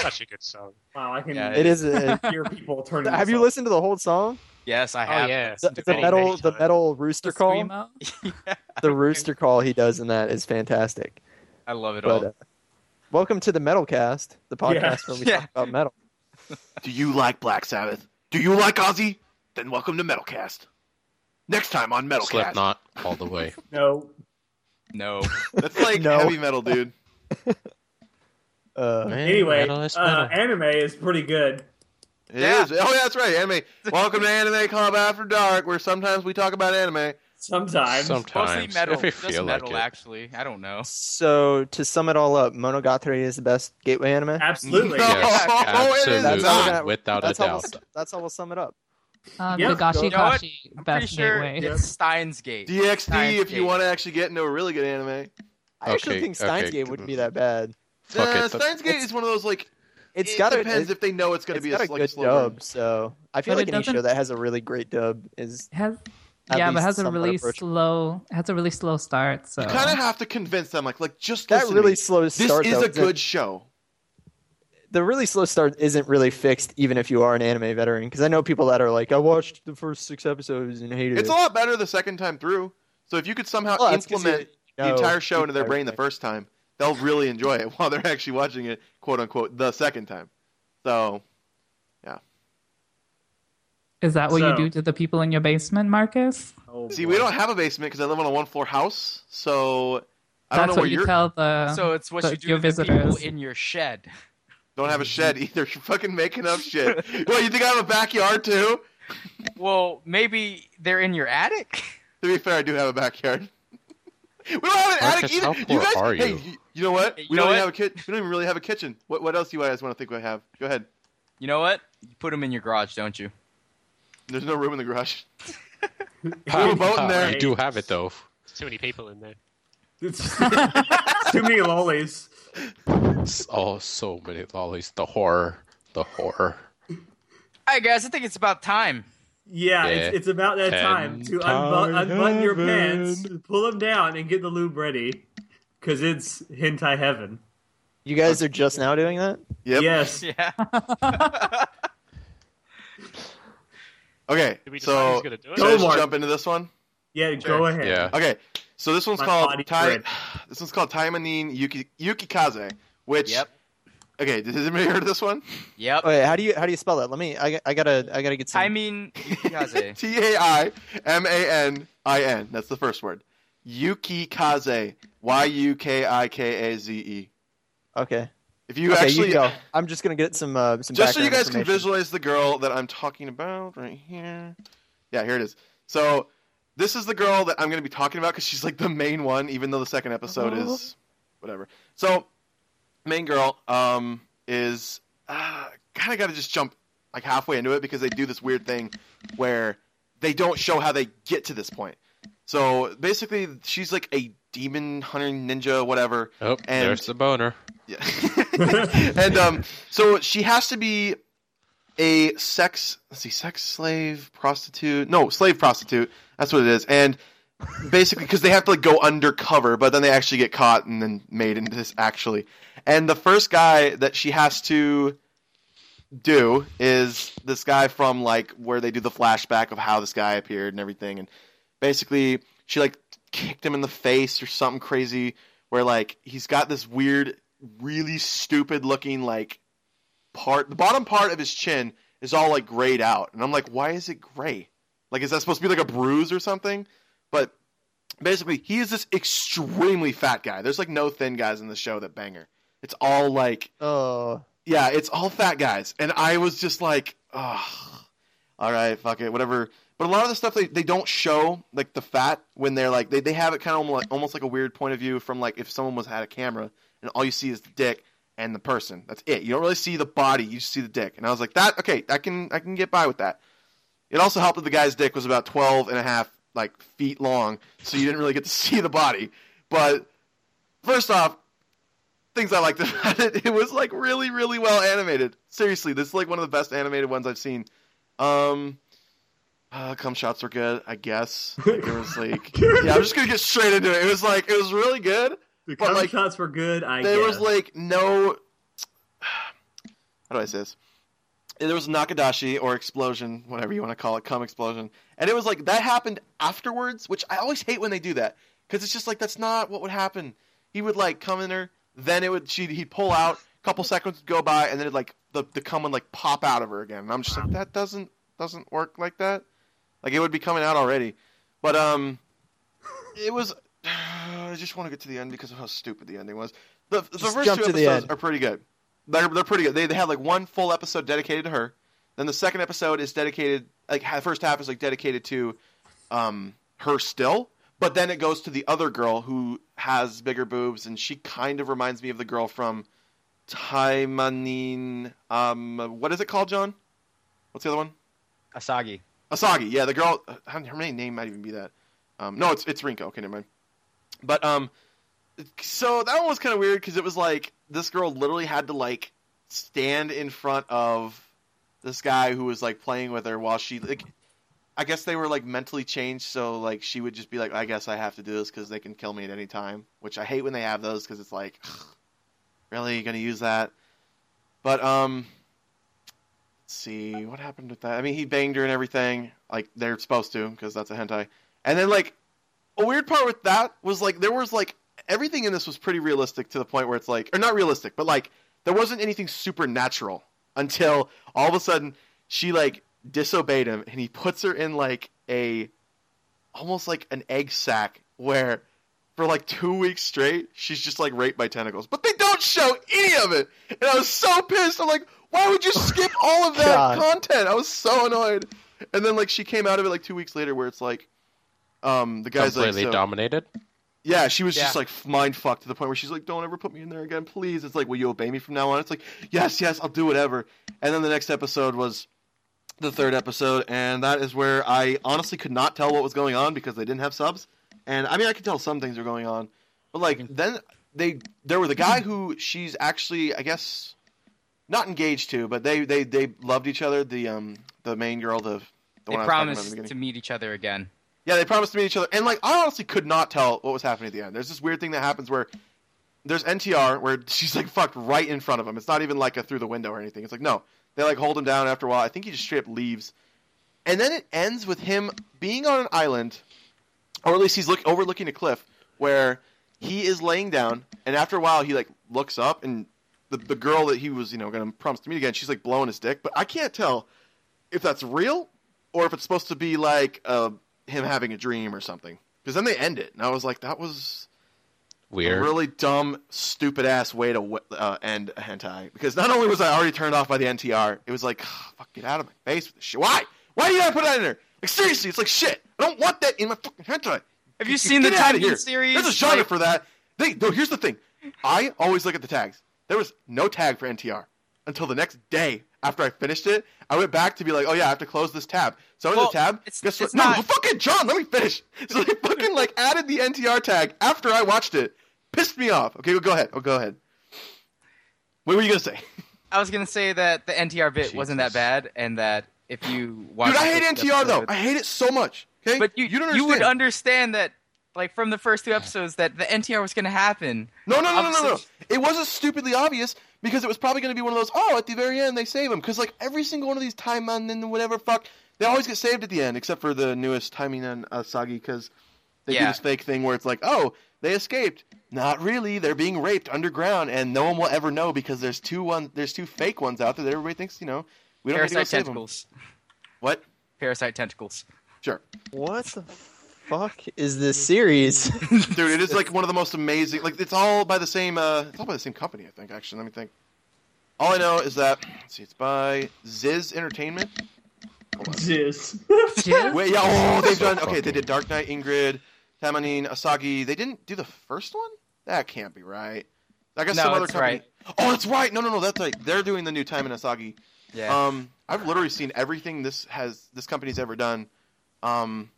Such a good song. Wow, I can Yeah, it is. [laughs] A, hear people turning. have you this listened to the whole song? Yes, I have. Oh yeah. The, the Many, metal many the times. metal rooster The call. screamo. [laughs] The rooster call he does in that is fantastic. I love it But all. uh, welcome to the Metalcast, the podcast where we Yeah. talk about metal. Do you like Black Sabbath? Do you like Ozzy? Then welcome to Metalcast. Next time on Metalcast. Slipknot all the way. up. No. [laughs] No. That's [laughs] like No. heavy metal, dude. Uh, Anyway, metal is uh, metal. anime is pretty good. It is. Yeah. Oh, yeah, that's right. Anime. Welcome to Anime Club After Dark, where sometimes we talk about anime. Sometimes. Sometimes, Mostly metal. if you Just feel metal, like it. actually. I don't know. so to sum it all up, Monogatari is the best gateway anime. Absolutely. No, Yes, it is absolutely, not. without a that's how we'll [laughs] doubt. s- that's how we'll sum it up. Um, Yeah. the Gashi You know what? Gashi I'm pretty best sure gateway. it's Steins Gate. DXD Steins if you Gate. want to actually get into a really good anime. I actually Okay, think Steins okay. Gate wouldn't be that bad. Fuck Nah, it, but- Uh, Steins Gate It's- is one of those like It's it got a, depends it's, if they know it's going it's to be got a a, like good slow burn. dub. So I feel But like it any doesn't- show that has a really great dub is It has at yeah, but it least has a somewhat really approachable. slow it has a really slow start. So You kind of have to convince them, like, look, just That listen to really me. slow This start. is though, a good show. the really slow start isn't really fixed, even if you are an anime veteran. Because I know people that are like, I watched the first six episodes and hated It's it. a lot better the second time through. So if you could somehow Well, that's 'cause you Uh, implement the know entire show into their entire brain the thing. first time, they'll really enjoy it [laughs] while they're actually watching it, quote unquote, the second time. So is that what So- you do to the people in your basement, Marcus? Oh, see, boy. we don't have a basement because I live on a one floor house. So I don't That's know where what you you're- tell the [laughs] So it's what But you do your to the people visitors- in your shed. don't have a shed either. [laughs] You're fucking making up shit. well, you think I have a backyard too? Well, maybe they're in your attic. [laughs] To be fair, I do have a backyard. [laughs] we don't have an attic Marcus, either. how you poor guys, are hey, you? y- you know what? Hey, you we know don't what? even have a kit. We don't even really have a kitchen. What what else do you guys want to think we have? Go ahead. You know what? You put them in your garage, don't you? There's no room in the garage. Throw a boat in there. You Uh, do have it though. Too many people in there. It's- [laughs] too many lollies. S- Oh, so many lollies. The horror. The horror. All right, guys, I think it's about time. Yeah, Yeah. it's, it's about that Ten time to times unbu- unbutton your pants, heaven. pull them down, and get the lube ready, because it's hentai heaven. You guys are just now doing that. Yep. Yes, [laughs] Yeah. Okay. Did we decide So who's gonna do Go, it? should I just Mark. jump into this one? yeah, go ahead. Yeah. Okay. So this one's My body called Tai. thread. [sighs] This one's called Taimanin Yuki Yukikaze. Which Yep. okay, has anybody heard of this one? Yep. Wait, how do you how do you spell that? Let me. I, I gotta I gotta get some. I mean, [laughs] eh, Yukikaze. T A I M A N I N. That's the first word. Yukikaze. Y U K I K A Z E. okay. If you okay, actually you go. I'm just gonna get some uh, some. just so you background guys can information. visualize the girl that I'm talking about right here. Yeah, here it is. So this is the girl that I'm going to be talking about because she's like the main one, even though the second episode Oh. is whatever. So main girl um, is uh, kind of got to just jump like halfway into it because they do this weird thing where they don't show how they get to this point. So basically, she's like a demon hunter ninja, whatever. Oh, And- there's the boner. Yeah. [laughs] and um, so she has to be a sex, let's see, sex slave, prostitute. No, slave prostitute. That's what it is. And basically, because they have to like go undercover, but then they actually get caught and then made into this actually. And the first guy that she has to do is this guy from like where they do the flashback of how this guy appeared and everything. And basically, she like kicked him in the face or something crazy where like he's got this weird, really stupid looking like part. The bottom part of his chin is all like grayed out, and I'm like, why is it gray? Like, is that supposed to be like a bruise or something? But basically, he is this extremely fat guy. There's like no thin guys in the show that banger. It's all like Oh, yeah, it's all fat guys, and I was just like, oh, all right, fuck it, whatever. But a lot of the stuff they, they don't show like the fat when they're like they, they have it kind of like almost like a weird point of view from like if someone was had a camera and all you see is the dick and the person. That's it. You don't really see the body. You just see the dick. And I was like that. Okay, I can I can get by with that. It also helped that the guy's dick was about 12 and a half like feet long, so you didn't really get to [laughs] see the body. But first off, things I liked [laughs] about it. It was like really, really well animated. Seriously, this is like one of the best animated ones I've seen. Um, uh, cum shots were good, I guess. Like, it was like, yeah, I'm just gonna get straight into it. It was like, it was really good. The But, cum like, shots were good. I There guess. [laughs] was like no. [sighs] How do I say this? There was Nakadashi or explosion, whatever you want to call it, cum explosion, and it was like that happened afterwards, which I always hate when they do that because it's just like that's not what would happen. He would like come in her, then it would she he'd pull out, a couple seconds would go by, and then it like the the cum would like pop out of her again, and I'm just like that doesn't doesn't work like that. Like it would be coming out already, but um, it was. [sighs] I just want to get to the end because of how stupid the ending was. The, the Just first jump two to the episodes end. are pretty good. They're, they're pretty good. They, they have like one full episode dedicated to her. Then the second episode is dedicated, like ha- first half is like dedicated to um, her still, but then it goes to the other girl who has bigger boobs, and she kind of reminds me of the girl from Taimanin. Um, what is it called, John? What's the other one? Asagi. Asagi, yeah, the girl. uh, Her main name might even be that. Um, no, it's it's Rinko. Okay, never mind. But um, so that one was kind of weird because it was like this girl literally had to like stand in front of this guy who was like playing with her while she like i guess they were like mentally changed so like she would just be like i guess i have to do this because they can kill me at any time which i hate when they have those because it's like really gonna use that but um let's see what happened with that i mean he banged her and everything like they're supposed to because that's a hentai and then like a weird part with that was like there was like everything in this was pretty realistic to the point where it's like, or not realistic, but like there wasn't anything supernatural until all of a sudden she like disobeyed him and he puts her in like a almost like an egg sack where for like two weeks straight she's just like raped by tentacles, but they don't show any of it. And I was so pissed. I'm like, why would you skip all of that God. content? I was so annoyed. And then like she came out of it like two weeks later where it's like. Um, the guy's completely like, so, dominated. yeah, she was just Yeah. like mind fucked to the point where she's like, "Don't ever put me in there again, please." It's like, "Will you obey me from now on?" It's like, "Yes, yes, I'll do whatever." And then the next episode was the third episode, and that is where I honestly could not tell what was going on because they didn't have subs. And I mean, I could tell some things were going on, but like Mm-hmm. then they there were the guy who she's actually, I guess, not engaged to, but they they they loved each other. The um the main girl, the, the They one I was talking about in the promised beginning. to meet each other again. Yeah, they promised to meet each other, and like I honestly could not tell what was happening at the end. There's this weird thing that happens where there's NTR where [laughs] she's like fucked right in front of him. It's not even like a through the window or anything. It's like no, they like hold him down after a while. I think he just straight up leaves, and then it ends with him being on an island, or at least he's look overlooking a cliff where he is laying down, and after a while he like looks up and the the girl that he was you know going to promise to meet again, she's like blowing his dick, but I can't tell if that's real or if it's supposed to be like uh, him having a dream or something. Because then they end it, and I was like, that was a Weird. really dumb, stupid ass way to w- uh, end a hentai. Because not only was I already turned off by the NTR, it was like, fuck, get out of my face with this shit. Why? Why do you gotta put that in there? Like seriously, it's like shit. I don't want that in my fucking hentai. Have you seen the Get outta Titan here. series? There's a genre Like, for that. They no. Here's the thing. I always look at the tags. There was no tag for NTR until the next day after I finished it. I went back to be like, oh yeah, I have to close this tab. So I went Well, to the tab. it's- guess it's what? No, not- fucking John, let me finish. [laughs] So they fucking like added the NTR tag after I watched it. Pissed me off. Okay, well, go ahead. Oh, go ahead. What were you gonna say? I was gonna say that the NTR bit wasn't that Jesus. bad, and that if you watch, Dude, I hate NTR though. I hate it so much. Okay, But you, you don't you understand. would understand that, like from the first two episodes, that the NTR was gonna happen. No, no, no, no, no, no. Obviously- It wasn't stupidly obvious because it was probably going to be one of those. Oh, at the very end they save him because like every single one of these time and then whatever fuck they always get saved at the end except for the newest timing and Asagi because they do Yeah. this fake thing where it's like oh they escaped not really they're being raped underground and no one will ever know because there's two one there's two fake ones out there that everybody thinks you know we don't Parasite get to go save 'em. tentacles. What? Parasite tentacles. Sure. What the fuck is this series? dude it is like one of the most amazing like it's all by the same uh it's all by the same company i think actually let me think all i know is that let's see it's by ziz entertainment Jizz. [laughs] Jizz? wait yeah [laughs] oh they've done Fucking- okay they did dark knight ingrid tamanin asagi they didn't do the first one that can't be right i guess No, some other that's company oh that's right no no no that's right they're doing the new time in asagi Yeah. um, I've literally seen everything this has this company's ever done. Um,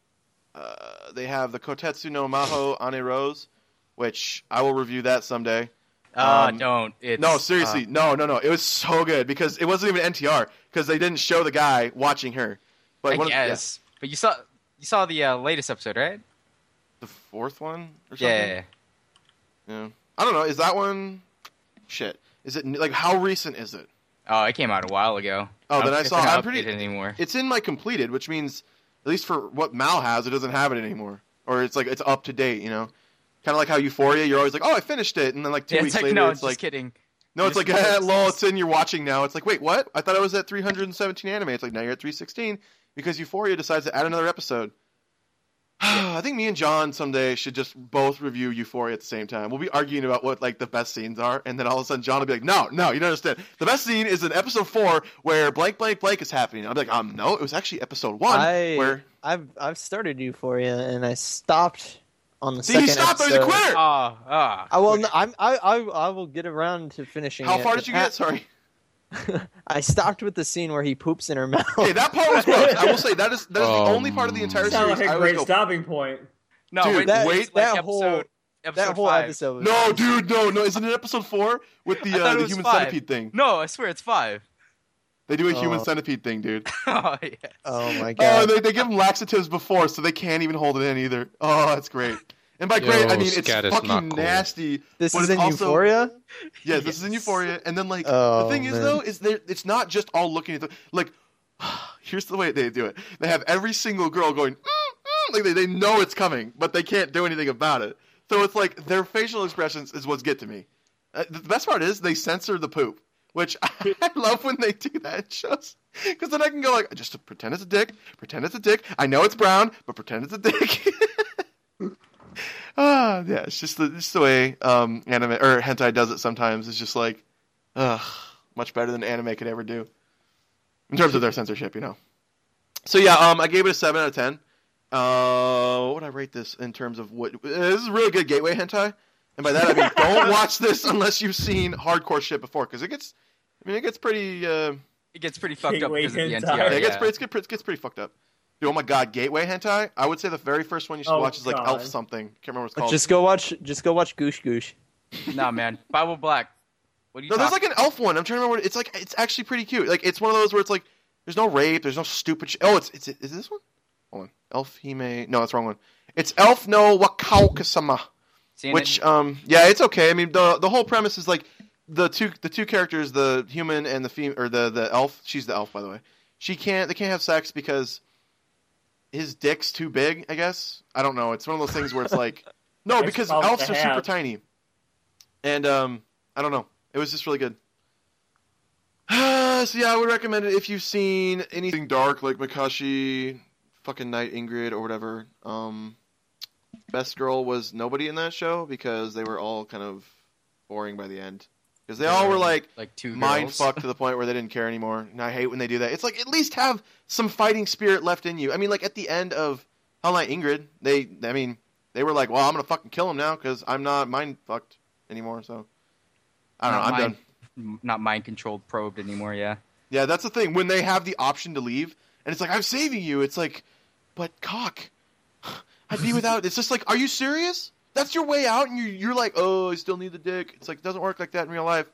uh, they have the Kotetsu no Maho Ane Rose, which I will review that someday. Uh, um, don't. It's, no, uh, seriously, no, no, no. It was so good because it wasn't even NTR because they didn't show the guy watching her. But uh, I one of- yeah, guess. But you saw you saw the uh, latest episode, right? the fourth one or something. Yeah, yeah, yeah. Yeah. I don't know. Is that one? Shit. Is it like how recent is it? Oh, it came out a while ago. Oh, then don't I think saw- they're not I'm pretty- updated anymore. It's in my completed, which means at least for what Mal has, it doesn't have it anymore, or it's like it's up to date. You know, kind of like how Euphoria, you're always like, oh, I finished it, and then like [laughs] two Yeah, weeks it's like, later, no, it's just like, kidding. no, it's Just like, kidding. ah, [laughs] lol, it's in. You're watching now. It's like, wait, what? I thought I was at 317 anime. It's like now you're at 316 because Euphoria decides to add another episode. [sighs] I think me and John someday should just both review Euphoria at the same time. We'll be arguing about what like the best scenes are, and then all of a sudden John will be like, "No, no, you don't understand. The best scene is in episode four where blank, blank, blank is happening." I'll be like, "Um, no, it was actually episode one I- where I've I've started Euphoria and I stopped on the see second he stopped. But he's a episode. quitter. Ah, ah. I will. n- I'm, I, I I will get around to finishing. How it, far but did you I- get? Sorry. [laughs] I stopped with the scene where he poops in her mouth. Okay, that part was gross. I will say that is that is the only part of the Um, entire Sounds series like I a would great go stopping point. no, dude, [laughs] wait, that- wait, that like whole- episode episode That whole five. episode. Was No, dude, no, no. Isn't it episode four with I the thought uh, it the was human five. centipede thing? No, I swear it's five. [laughs] They do a human Oh. centipede thing, dude. oh yeah. Oh my Oh, god. they, they give them laxatives before, so they can't even hold it in either. Oh, that's great. And by Yo, great, I mean it's scat is fucking not cool. nasty. this but is it's in also- Euphoria. [laughs] Yes, this is in Yes. Euphoria. And then like the Oh, thing is man. though is there it's not just all looking at the like [sighs] here's the way they do it. They have every single girl going mm, mm, like they, they know it's coming, but they can't do anything about it. So it's like their facial expressions is what's get to me. Uh, the best part is they censor the poop, which [laughs] I love when they do that in shows. Because then I can go like, just pretend it's a dick, pretend it's a dick. I know it's brown, but pretend it's a dick. [laughs] Ah, yeah, it's just the, just the way um, anime or hentai does it sometimes. It's just like, ugh, much better than anime could ever do in terms of their censorship, you know. So yeah, um, I gave it a seven out of ten. Uh, what would I rate this in terms of what? Uh, this is a really good gateway hentai, and by that I mean [laughs] don't watch this unless you've seen hardcore shit before, because it gets, I mean, it gets pretty, uh, It gets pretty fucked up Gateway because of the hentai. NTR. Oh, Yeah, yeah, it gets pretty, it gets, it gets pretty fucked up. Dude, oh my god, gateway hentai! I would say the very first one you should Oh, watch is like God. Elf something. Can't remember what it's called. Just go watch. Just go watch Goosh Goosh. nah, man. Bible Black. What are you No, there's talking? like an elf one. I'm trying to remember. What, it's like it's actually pretty cute. Like it's one of those where it's like there's no rape, there's no stupid. Sh- oh, it's it's is this one? Hold on, Elf Hime. No, that's the wrong one. It's Elf no Wakao Kasama, Seeing which it? um yeah, it's okay. I mean the the whole premise is like the two the two characters, the human and the fem or the the elf. She's the elf, by the way. She can't they can't have sex because his dick's too big. I guess I don't know. It's one of those things where it's like no, That's because tough to elves are super have. tiny, and um I don't know. It was just really good. [sighs] so yeah, I would recommend it if you've seen anything dark like Makashi, fucking Night Ingrid or whatever. Um, best girl was nobody in that show because they were all kind of boring by the end because they all were like like two mind girls. fucked to the point where they didn't care anymore. And I hate when they do that. It's like at least have some fighting spirit left in you. I mean, like at the end of Hell Night Ingrid, they I mean they were like, well, I'm gonna fucking kill him now because I'm not mind fucked anymore. So I Not don't know. I'm mind- done. m- not mind controlled probed anymore. Yeah. Yeah, that's the thing. When they have the option to leave, and it's like, I'm saving you. It's like, but cock, [sighs] I'd be without. It's just like, are you serious? That's your way out, and you you're like, oh, I still need the dick. It's like it doesn't work like that in real life.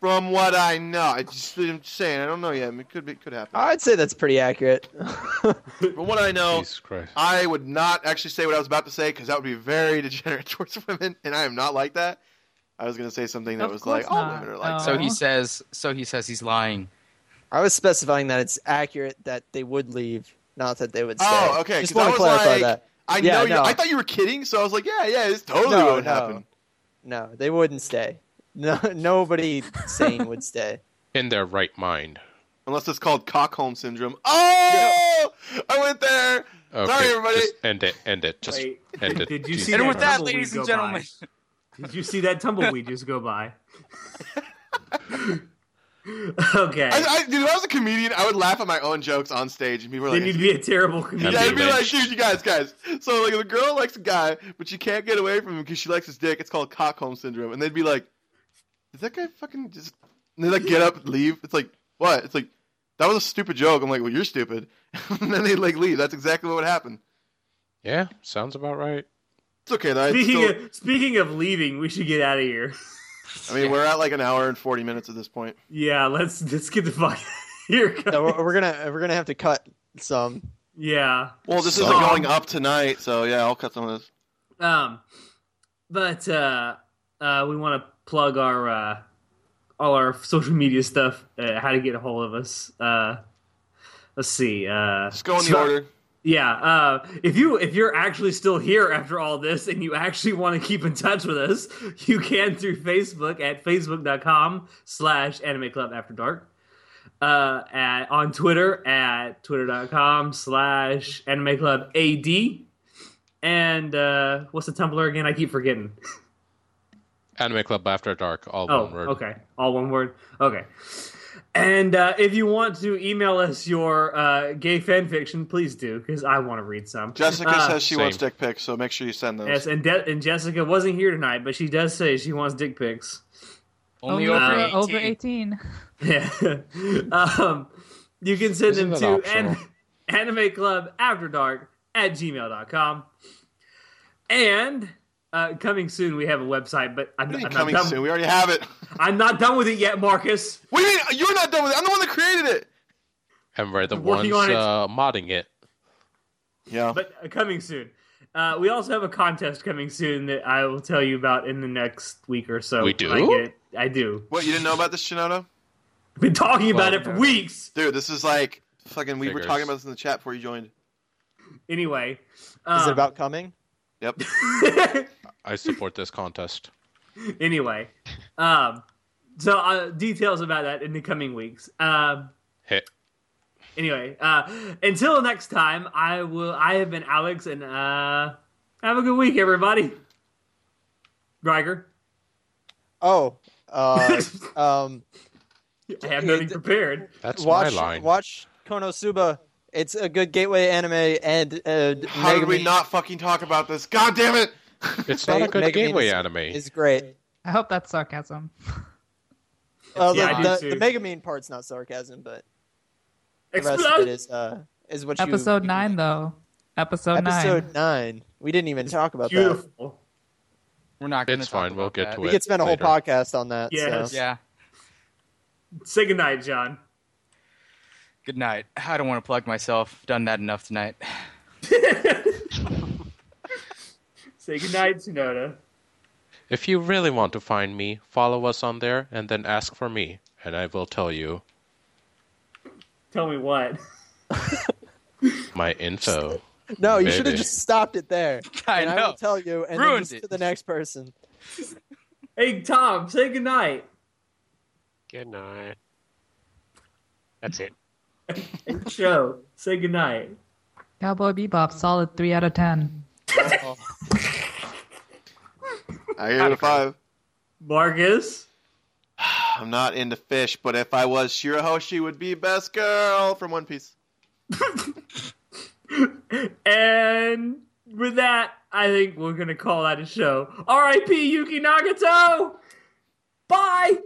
From what I know, I just, I'm just saying, I don't know yet. I mean, it could be, it could happen. I'd say that's pretty accurate. [laughs] From what I know, Jesus Christ. I would not actually say what I was about to say because that would be very [laughs] degenerate towards women, and I am not like that. I was gonna say something that Of was course like, all not. Oh. women are like. No. that. So he Aw. says. So he says he's lying. I was specifying that it's accurate that they would leave, not that they would stay. Oh, okay. Just 'cause I want to was clarify like, that. I Yeah, know. You, no. I thought you were kidding, so I was like, yeah, yeah, this totally No, what would no. happen. No, they wouldn't stay. No, [laughs] nobody sane would stay. In their right mind. Unless it's called Cockholm [laughs] syndrome. Oh, I went there. Okay, Sorry, everybody. Just end it. End it. Just Wait, end it. did you Jesus. see And Yeah, with that, tumbleweed ladies go and by. gentlemen, did you see that tumbleweed just go by? [laughs] okay. I, I, dude, if I was a comedian, I would laugh at my own jokes on stage, and people were they like, need to be a terrible yeah, comedian. I'd be like, lynched. dude, you guys, guys. So like, if a girl likes a guy, but she can't get away from him because she likes his dick. It's called Cockholm syndrome, and they'd be like, "Is that guy fucking just?" And they like get up, leave. It's like, what? It's like that was a stupid joke. I'm like, well, you're stupid. [laughs] and then they like leave. That's exactly what would happen. Yeah, sounds about right. It's okay [laughs] though. It's Speaking still- of, speaking of leaving, we should get out of here. I mean, we're at like an hour and forty minutes at this point. Yeah, let's let's get the fuck [laughs] out of here. guys. No, we're, we're gonna we're gonna have to cut some. yeah. Well, this So- isn't going up tonight, so yeah, I'll cut some of this. Um, but uh, uh, we want to plug our uh, all our social media stuff. Uh, how to get a hold of us. Uh, let's see. Uh, Just go in the so- order. Yeah. Uh, if you if you're actually still here after all this and you actually want to keep in touch with us, you can through Facebook at facebook.com slash anime club after dark. Uh, at on Twitter at twitter.com slash anime club ad. And uh, what's the Tumblr again? I keep forgetting. Anime Club After Dark, all Oh, one word. okay. All one word. Okay. And uh, if you want to email us your uh, gay fan fiction, please do because I want to read some. Jessica Uh, says she Same. wants dick pics, so make sure you send those. Yes, and De- and Jessica wasn't here tonight, but she does say she wants dick pics. [laughs] only Only over for- 18. over 18. Yeah. um, you can send them Isn't that to optional? an- anime club after dark at gmail.com. And Uh, coming soon, we have a website, but I'm, I'm What do you mean not coming done. soon? We already have it. [laughs] I'm not done with it yet, Marcus. What do you mean? You're not done with it. I'm the one that created it. And we're the ones Working on it. uh, modding it. Yeah. But uh, coming soon. Uh, we also have a contest coming soon that I will tell you about in the next week or so. We do? I, get it. I do. What, you didn't know about this, Shinoda? I've been talking about Well, it for no. weeks. Dude, this is like fucking. We were Figures. talking about this in the chat before you joined. Anyway. Is um, it about coming? [laughs] Yep. I support this contest. anyway. Um, so uh, details about that in the coming weeks. Um, Hit. anyway, uh, until next time, I will. I have been Alex, and uh, have a good week, everybody. Riker, Oh, [laughs] [laughs] uh, um, I have nothing prepared. That's watch my line. watch Konosuba. It's a good gateway anime, and uh, How did Megami we not fucking talk about this? God damn it! It's not a Meg- good Megami gateway is- anime. is great. I hope that's sarcasm. Uh, Yeah, I do the, the, too. the Megamine part's not sarcasm, but the rest of Explode. it is uh, is what Episode you, nine, though. Episode, Episode nine. nine. We didn't even talk about that. Beautiful. We're not going It's fine, we'll get to We it. could spend a whole later. podcast on that. Yes. so. Yeah. Say goodnight, John. Good night. I don't want to plug myself. Done that enough tonight. [laughs] Say goodnight, Sonoda. If you really want to find me, follow us on there and then ask for me, and I will tell you Tell me what. my info. No, you should have Maybe. just stopped it there. I and I know. will tell you, and then Ruined just it. to the next person. Hey, Tom. Say goodnight. Good night. That's it. Joe. Say goodnight. Cowboy Bebop, solid three out of ten. I gave it a five. Marcus. I'm not into fish, but if I was, Shirahoshi would be best girl from One Piece. [laughs] And with that, I think we're gonna call that a show. R.I.P. Yuki Nagato. Bye.